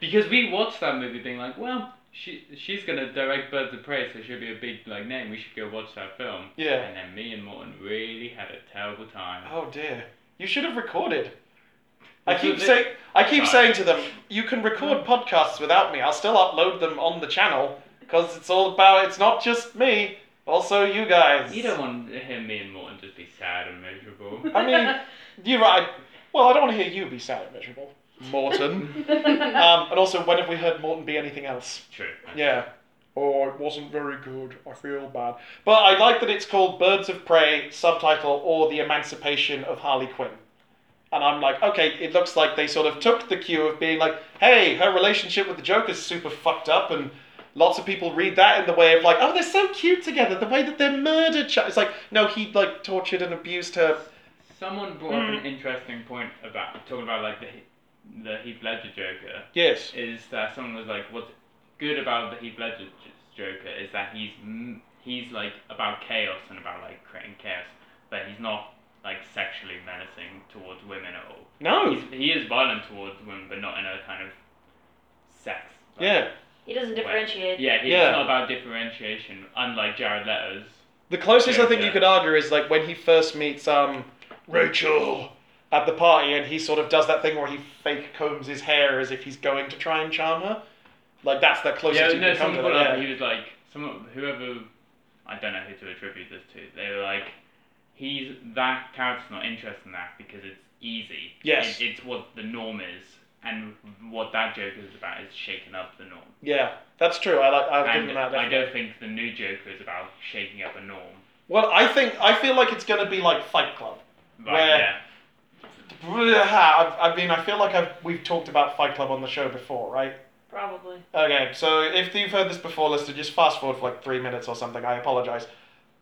Speaker 7: because we watched that movie being like, well, she, she's going to direct Birds of Prey, so she'll be a big like name. We should go watch that film.
Speaker 3: Yeah.
Speaker 7: And then me and Morton really had a terrible time.
Speaker 3: Oh dear. You should have recorded. I
Speaker 7: That's
Speaker 3: keep
Speaker 7: what it-
Speaker 3: saying I keep
Speaker 7: Sorry.
Speaker 3: saying to them, you can record podcasts without me. I'll still upload them on the channel because it's all about it's not just me, also you guys.
Speaker 7: You don't want to hear me and Morton just be sad and miserable.
Speaker 3: I mean, you're right. Well, I don't want to hear you be sad and miserable, Morton.
Speaker 6: uh,
Speaker 3: um, and also, when have we heard Morton be anything else?
Speaker 7: True.
Speaker 3: Yeah. Oh, it wasn't very good. I feel bad. But I like that it's called Birds of Prey, subtitle, or The Emancipation of Harley Quinn. And I'm like, okay, it looks like they sort of took the cue of being like, hey, her relationship with the Joker's super fucked up, and lots of people read that in the way of like, oh, they're so cute together, the way that they're murder. Ch-. It's like, no, he like tortured and abused her.
Speaker 7: Someone brought up an interesting point about talking about like the Heath- the Heath Ledger Joker
Speaker 3: Yes.
Speaker 7: is that someone was like, what's good about the Heath Ledger j- Joker is that he's m- he's like about chaos and about like creating chaos, but he's not like sexually menacing towards women at all.
Speaker 3: No.
Speaker 7: He's, he is violent towards women, but not in a kind of sex. like-
Speaker 3: Yeah.
Speaker 2: He doesn't differentiate.
Speaker 7: Yeah, he's
Speaker 3: Yeah.
Speaker 7: not about differentiation, unlike Jared Leto's.
Speaker 3: The closest I think
Speaker 7: Yeah.
Speaker 3: you could argue is like when he first meets um Rachel at the party and he sort of does that thing where he fake combs his hair as if he's going to try and charm her. Like that's the closest
Speaker 7: yeah,
Speaker 3: you
Speaker 7: no,
Speaker 3: can come
Speaker 7: someone
Speaker 3: to
Speaker 7: brought
Speaker 3: that.
Speaker 7: up,
Speaker 3: yeah.
Speaker 7: he was like, someone, whoever, I don't know who to attribute this to, they were like, he's, that character's not interested in that because it's easy.
Speaker 3: Yes.
Speaker 7: It, it's what the norm is, and what that Joker is about is shaking up the norm.
Speaker 3: Yeah, that's true. I like I'll give
Speaker 7: and
Speaker 3: him that.
Speaker 7: I
Speaker 3: definitely.
Speaker 7: don't think the new Joker is about shaking up a norm.
Speaker 3: Well, I think I feel like it's gonna be like Fight Club.
Speaker 7: But
Speaker 3: Where-
Speaker 7: yeah,
Speaker 3: I I mean, I feel like I've, we've talked about Fight Club on the show before, right?
Speaker 2: Probably.
Speaker 3: Okay, so if you've heard this before, listener, just fast forward for like three minutes or something. I apologize.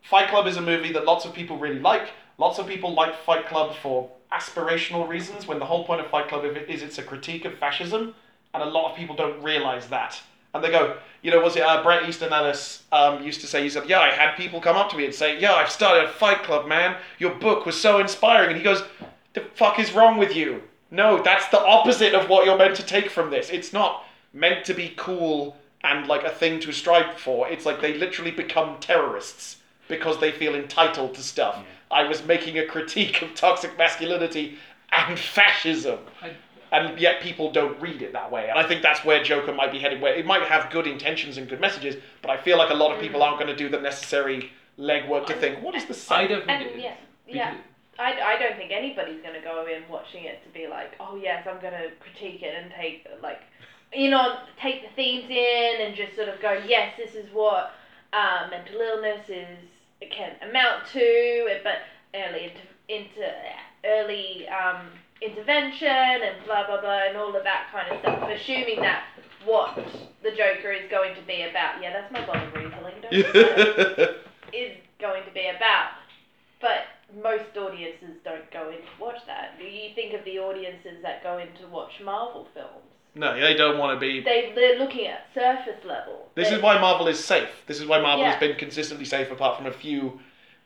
Speaker 3: Fight Club is a movie that lots of people really like. Lots of people like Fight Club for aspirational reasons, when the whole point of Fight Club is it's a critique of fascism, and a lot of people don't realize that. And they go, you know, was it uh, Bret Easton Ellis um, used to say? He said, "Yeah, I had people come up to me and say, yeah, I've started a Fight Club, man. Your book was so inspiring.'" And he goes, "The fuck is wrong with you? No, that's the opposite of what you're meant to take from this. It's not meant to be cool and like a thing to strive for. It's like they literally become terrorists because they feel entitled to stuff. I was making a critique of toxic masculinity and fascism. and yet people don't read it that way. And I think that's where Joker might be headed, where it might have good intentions and good messages, but I feel like a lot of people aren't going to do the necessary legwork to think, what is the
Speaker 7: I
Speaker 3: site?
Speaker 7: don't think
Speaker 6: And
Speaker 7: it-
Speaker 6: yeah,
Speaker 7: because-
Speaker 6: yeah. I, I don't think anybody's going to go in watching it to be like, oh yes, I'm going to critique it and take, like, you know, take the themes in and just sort of go, yes, this is what um, mental illness is, it can amount to, but early inter, inter, early um, intervention and blah, blah, blah, and all of that kind of stuff, assuming that what the Joker is going to be about. Yeah, that's my bottom reasoning. Don't you know? is going to be about. But most audiences don't go in to watch that. You think of the audiences that go in to watch Marvel films.
Speaker 3: no, they don't want to be.
Speaker 6: They, they're looking at surface level.
Speaker 3: This
Speaker 6: They-
Speaker 3: is why Marvel is safe. This is why Marvel has
Speaker 6: Yeah.
Speaker 3: been consistently safe, apart from a few,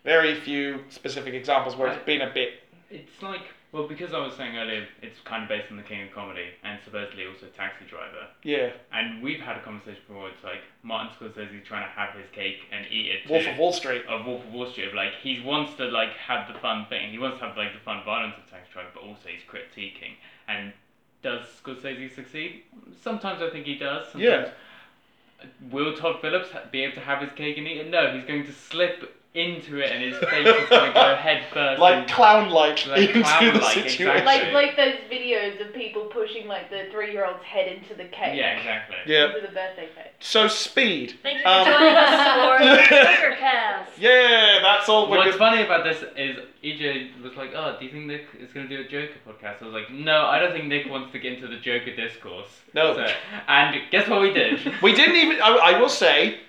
Speaker 3: very few specific examples where it's
Speaker 7: Right.
Speaker 3: been a bit.
Speaker 7: It's like well, because I was saying earlier, it's kind of based on the King of Comedy and supposedly also Taxi Driver.
Speaker 3: Yeah,
Speaker 7: And we've had a conversation before. It's like Martin Scorsese trying to have his cake and eat it.
Speaker 3: Wolf
Speaker 7: too.
Speaker 3: of Wall Street.
Speaker 7: Of Wolf of Wall Street. of, Like he wants to like have the fun thing. He wants to have like the fun violence of Taxi Driver, but also he's critiquing. And does Scorsese succeed? Sometimes I think he does. Sometimes.
Speaker 3: Yeah.
Speaker 7: Will Todd Phillips ha- be able to have his cake and eat it? No, he's going to slip into it, and his face is going to go head first.
Speaker 3: Like
Speaker 7: and-
Speaker 3: clown-like
Speaker 7: Like
Speaker 3: into the
Speaker 7: clown-like,
Speaker 3: situation.
Speaker 7: exactly.
Speaker 6: Like, like those videos of people pushing like the three year old's head into the cake.
Speaker 7: yeah, exactly.
Speaker 3: Yeah.
Speaker 6: Into the birthday cake.
Speaker 3: So speed.
Speaker 2: Thank you for
Speaker 3: Um,
Speaker 2: joining us for Joker Cast.
Speaker 3: Yeah, that's all we're
Speaker 7: What's
Speaker 3: good-
Speaker 7: funny about this is EJ was like, "Oh, do you think Nick is gonna do a Joker podcast?" I was like, "No, I don't think Nick wants to get into the Joker discourse."
Speaker 3: No.
Speaker 7: So, and guess what we did?
Speaker 3: We didn't even. I, I will say,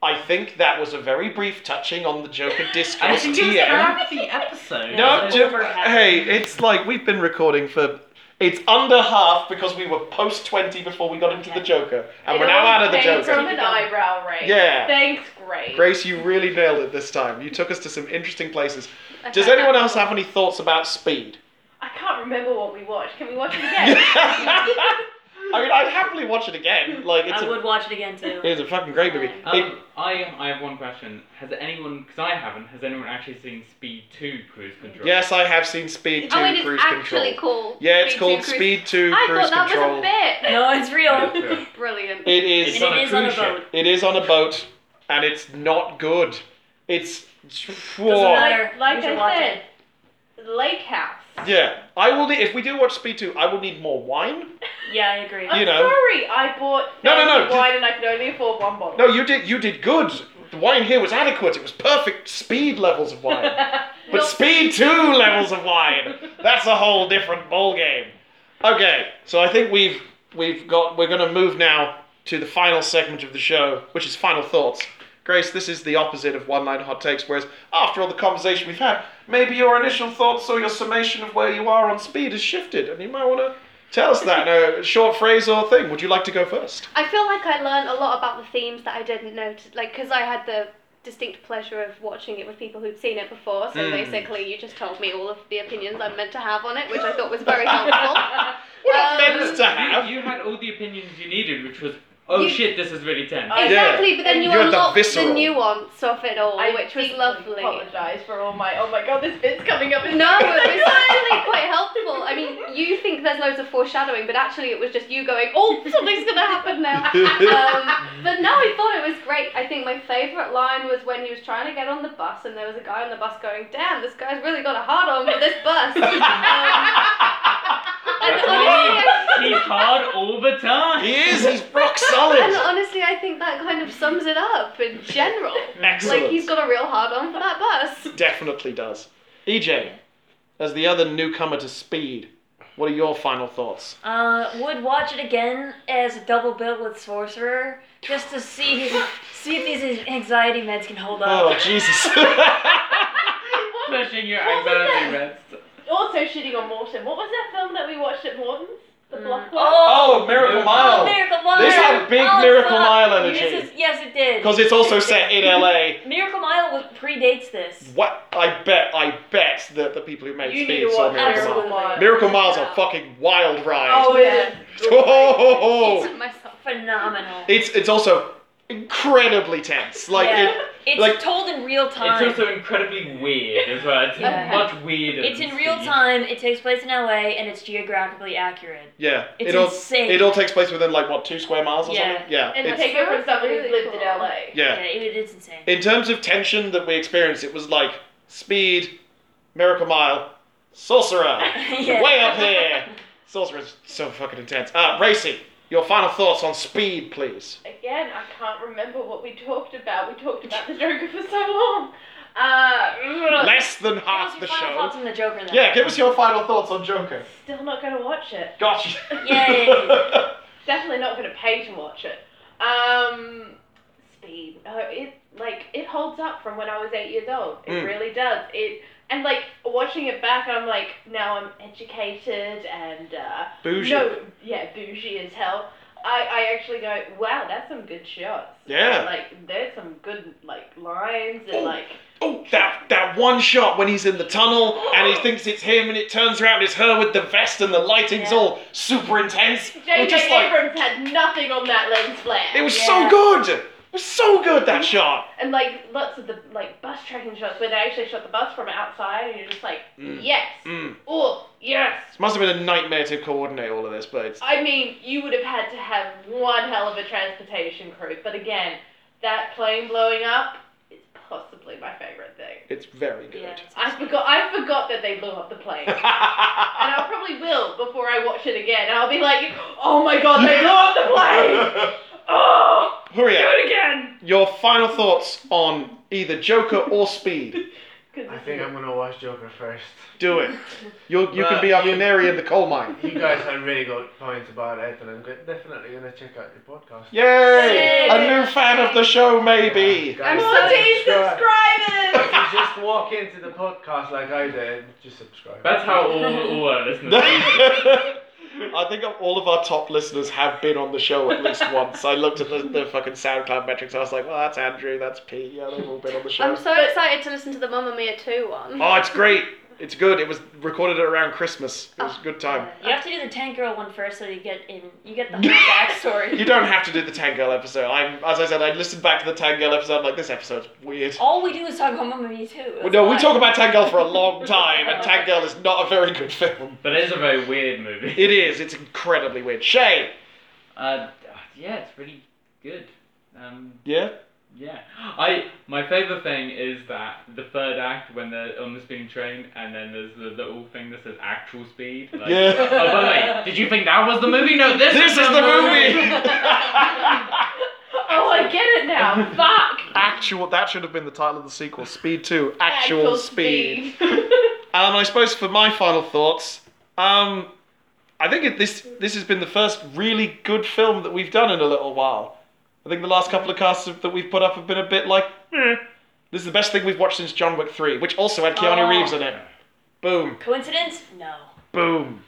Speaker 3: I think that was a very brief touching on the Joker
Speaker 7: I
Speaker 3: discourse.
Speaker 7: think it was
Speaker 3: TM.
Speaker 7: half the episode.
Speaker 3: No,
Speaker 2: It's
Speaker 3: ju-
Speaker 2: over half.
Speaker 3: hey, it's like we've been recording for It's under half because we were post 20 before we got into the Joker. And
Speaker 6: It
Speaker 3: we're now
Speaker 6: all
Speaker 3: out of the
Speaker 6: came
Speaker 3: Joker.
Speaker 6: from an eyebrow raise.
Speaker 3: Yeah.
Speaker 6: Thanks, Grace.
Speaker 3: Grace, you really nailed it this time. You took us to some interesting places.
Speaker 5: Okay.
Speaker 3: Does anyone else have any thoughts about speed?
Speaker 6: I can't remember what we watched. Can we watch it again?
Speaker 3: I mean, I'd happily watch it again. Like, it's
Speaker 2: I
Speaker 3: a,
Speaker 2: would watch it again too.
Speaker 3: it is a fucking great movie.
Speaker 5: Oh.
Speaker 3: It-
Speaker 7: Um, I I have one question. Has anyone? Because I haven't. Has anyone actually seen Speed Two Cruise Control?
Speaker 3: yes, I have seen Speed 2
Speaker 5: Oh, it is
Speaker 3: Cruise
Speaker 5: actually
Speaker 3: Control.
Speaker 5: called.
Speaker 3: Yeah, it's
Speaker 5: Speed
Speaker 3: called
Speaker 5: Cruise-
Speaker 3: Speed 2
Speaker 5: I
Speaker 3: Cruise
Speaker 5: thought that
Speaker 3: Control.
Speaker 5: was a bit
Speaker 2: No, it's real.
Speaker 7: Yeah.
Speaker 5: brilliant.
Speaker 3: It
Speaker 7: It's
Speaker 3: is.
Speaker 2: And it is on a
Speaker 7: cruise ship.
Speaker 2: boat.
Speaker 3: It is on a boat, and it's not good. It's.
Speaker 2: Doesn't
Speaker 3: Whoa.
Speaker 2: matter.
Speaker 6: like
Speaker 2: You should
Speaker 6: I
Speaker 2: watch
Speaker 6: said, Lake House.
Speaker 3: Yeah, I will need. If we do watch Speed 2, I will need more wine.
Speaker 2: it. Yeah, I agree.
Speaker 3: You
Speaker 6: I'm
Speaker 3: know.
Speaker 6: sorry, I bought
Speaker 3: No, no, no,
Speaker 6: fancy wine and I could only afford one bottle.
Speaker 3: No, you did. You did good. The wine here was adequate. It was perfect speed levels of wine. But speed two levels of wine. That's a whole different ball game. Okay, so I think we've we've got we're going to move now to the final segment of the show, which is final thoughts. Grace, this is the opposite of one-line hot takes. Whereas after all the conversation we've had, maybe your initial thoughts or your summation of where you are on speed has shifted, and you might want to tell us that in a short phrase or thing. Would you like to go first?
Speaker 5: I feel like I learned a lot about the themes that I didn't notice, like because I had the distinct pleasure of watching it with people who'd seen it before. So
Speaker 3: Mm.
Speaker 5: basically, you just told me all of the opinions I'm meant to have on it, which I thought was very helpful.
Speaker 3: We're not
Speaker 5: Um,
Speaker 3: meant to have.
Speaker 7: You, you had all the opinions you needed, which was, oh
Speaker 5: You-
Speaker 7: shit, this is really tense.
Speaker 6: I-
Speaker 5: exactly, but then
Speaker 3: You
Speaker 5: you,
Speaker 3: had the
Speaker 5: unlocked the,
Speaker 3: visceral.
Speaker 5: nuance of it all,
Speaker 6: I
Speaker 5: which was
Speaker 6: deeply
Speaker 5: lovely.
Speaker 6: apologise for all my. Oh my god, this bit's coming up. in-
Speaker 5: No, it was actually quite helpful. I mean, you think there's loads of foreshadowing, but actually it was just you going, oh, something's going to happen now. Um, but no, I thought it was great. I think my favourite line was when he was trying to get on the bus and there was a guy on the bus going, damn, this guy's really got a hard on for this bus. Um, and, honestly, I,
Speaker 7: He's hard all the time.
Speaker 3: He is. He's rock
Speaker 5: and
Speaker 3: solid.
Speaker 5: honestly, I think that kind of sums it up in general.
Speaker 3: Excellent.
Speaker 5: Like, he's got a real hard on for that bus.
Speaker 3: Definitely does. EJ, as the other newcomer to Speed, what are your final thoughts?
Speaker 2: Uh, would watch it again as a double bill with Sorcerer just to see see if these anxiety meds can hold
Speaker 6: Uh.
Speaker 3: Oh,
Speaker 2: up.
Speaker 3: Jesus.
Speaker 7: Pushing your
Speaker 6: What was
Speaker 7: anxiety
Speaker 6: that?
Speaker 7: meds.
Speaker 6: Also shitting on Morton. What was that film that we watched at Morton's? The
Speaker 5: Mm.
Speaker 6: block one.
Speaker 2: Oh,
Speaker 3: oh, Miracle
Speaker 2: oh,
Speaker 3: Mile.
Speaker 2: Miracle Mile!
Speaker 3: This had big
Speaker 2: Oh,
Speaker 3: Miracle
Speaker 2: fuck.
Speaker 3: Mile
Speaker 2: This
Speaker 3: energy.
Speaker 2: is, yes, it did.
Speaker 3: Because it's also set in LA.
Speaker 2: Miracle Mile was, predates this.
Speaker 3: What? I bet, I bet that the people who made
Speaker 6: You need
Speaker 3: Speed
Speaker 6: to
Speaker 3: saw
Speaker 6: watch
Speaker 3: Miracle Mile.
Speaker 2: Absolutely.
Speaker 6: Miracle Mile.
Speaker 3: Miracle Mile's a fucking wild ride.
Speaker 6: Oh, it is.
Speaker 3: Ho, ho, ho, ho.
Speaker 5: Into myself.
Speaker 2: Phenomenal.
Speaker 3: It's, it's also incredibly tense. Like,
Speaker 2: Yeah.
Speaker 3: it,
Speaker 2: it's
Speaker 3: like-
Speaker 2: told in real time.
Speaker 7: It's also incredibly weird as well. It's
Speaker 5: Okay.
Speaker 7: much weirder.
Speaker 2: It's
Speaker 7: than
Speaker 2: in real
Speaker 7: Speed.
Speaker 2: time. It takes place in LA, and it's geographically accurate.
Speaker 3: yeah.
Speaker 2: It's
Speaker 3: it, all,
Speaker 2: insane.
Speaker 3: it all takes place within, like, what, two square miles or
Speaker 2: Yeah.
Speaker 3: something? Yeah.
Speaker 6: And
Speaker 3: it's-
Speaker 6: take it from someone who's lived in LA.
Speaker 3: yeah.
Speaker 2: yeah, it, it's insane.
Speaker 3: in terms of tension that we experienced, it was like speed, Miracle Mile, Sorcerer,
Speaker 2: Yeah.
Speaker 3: way up here. Sorcerer's so fucking intense. Uh, Racy, your final thoughts on speed, please.
Speaker 6: Again, I can't remember what we talked about. We talked about the Joker for so long. Uh,
Speaker 3: Less than
Speaker 2: Give us
Speaker 3: half the
Speaker 2: your final
Speaker 3: show.
Speaker 2: thoughts on the Joker then.
Speaker 3: Yeah, give us your final thoughts on Joker.
Speaker 6: still not gonna watch it.
Speaker 3: Gotcha.
Speaker 2: Yay.
Speaker 6: Definitely not gonna pay to watch it. Um, Speed. Oh, it like it holds up from when I was eight years old. It
Speaker 3: Mm.
Speaker 6: really does. It and like watching it back, I'm like now I'm educated and uh,
Speaker 3: Bougie.
Speaker 6: No, yeah, bougie as hell. I, I actually go, wow, that's some good shots.
Speaker 3: Yeah.
Speaker 6: Like there's some good like lines and
Speaker 3: Oh.
Speaker 6: like
Speaker 3: Oh, that that one shot when he's in the tunnel and he thinks it's him and it turns around it's her with the vest and the lighting's
Speaker 2: Yeah.
Speaker 3: all super intense. It was
Speaker 6: JJ
Speaker 3: just like
Speaker 6: Abrams had nothing on that lens flare.
Speaker 3: it was
Speaker 2: Yeah.
Speaker 3: so good. It was so good that shot.
Speaker 6: and like lots of the like bus tracking shots where they actually shot the bus from outside and you're just like,
Speaker 3: Mm.
Speaker 6: yes,
Speaker 3: Mm.
Speaker 6: oh yes.
Speaker 3: Must have been a nightmare to coordinate all of this, but it's
Speaker 6: I mean, you would have had to have one hell of a transportation crew, but again, that plane blowing up is possibly my favorite thing.
Speaker 3: it's very
Speaker 2: yeah.
Speaker 3: good.
Speaker 6: I forgot. I forgot that they blew up the plane. And I probably will before I watch it again. And I'll be like, oh my god, they blew up the plane! Oh,
Speaker 3: Hurry
Speaker 6: do
Speaker 3: up.
Speaker 6: it again!
Speaker 3: Your final thoughts on either Joker or Speed.
Speaker 6: 'Cause
Speaker 4: I
Speaker 6: this
Speaker 4: think
Speaker 6: is-
Speaker 4: I'm gonna watch Joker first.
Speaker 3: Do it. You'll, you can be our
Speaker 4: Well, you-
Speaker 3: canary in the coal mine.
Speaker 4: You guys had really good points about it, and I'm go- definitely gonna check out your podcast.
Speaker 3: Yay! A new fan of the show, maybe.
Speaker 5: I'm
Speaker 4: Guys,
Speaker 5: so-
Speaker 6: 14 subscribers!
Speaker 4: If you just walk into the podcast like I did, just subscribe.
Speaker 7: That's how all, all our listeners.
Speaker 3: I think all of our top listeners have been on the show at least once. I looked at the, the fucking SoundCloud metrics. I was like, well, that's Andrew, that's Pete. Yeah, they've all been on the show.
Speaker 5: I'm so excited to listen to the Mamma Mia 2 one.
Speaker 3: oh, it's great. It's good. It was recorded around Christmas. It was a good time.
Speaker 2: You have to do the Tank Girl one first, so you get in. You get the whole backstory.
Speaker 3: You don't have to do the Tangirl episode. I'm, as I said, I listened back to the Tangirl episode. I'm like, this episode's weird.
Speaker 2: All we do is talk about Mamma Mia 2.
Speaker 3: Well, no, we talk about Tangirl for a long time, and Tangirl is not a very good film.
Speaker 7: But it is a very weird movie.
Speaker 3: It is. It's incredibly weird. Shay.
Speaker 7: Uh, yeah, it's really good. Um,
Speaker 3: Yeah.
Speaker 7: Yeah, I my favorite thing is that the third act when they're on the speeding train and then there's the little thing that says actual speed. Like,
Speaker 3: Yeah.
Speaker 7: Oh, by the way, did you think that was the movie? No, this,
Speaker 3: This is the movie.
Speaker 6: Oh, I get it now. Fuck.
Speaker 3: Actual. That should have been the title of the sequel. Speed Two. Actual, speed.
Speaker 6: speed.
Speaker 3: Um, I suppose for my final thoughts, um, I think it, this this has been the first really good film that we've done in a little while. I think the last couple of casts of- that we've put up have been a bit like, eh. this is the best thing we've watched since John Wick Three, which also had Keanu
Speaker 2: Oh.
Speaker 3: Reeves in it. Boom,
Speaker 2: Coincidence? No.
Speaker 3: boom.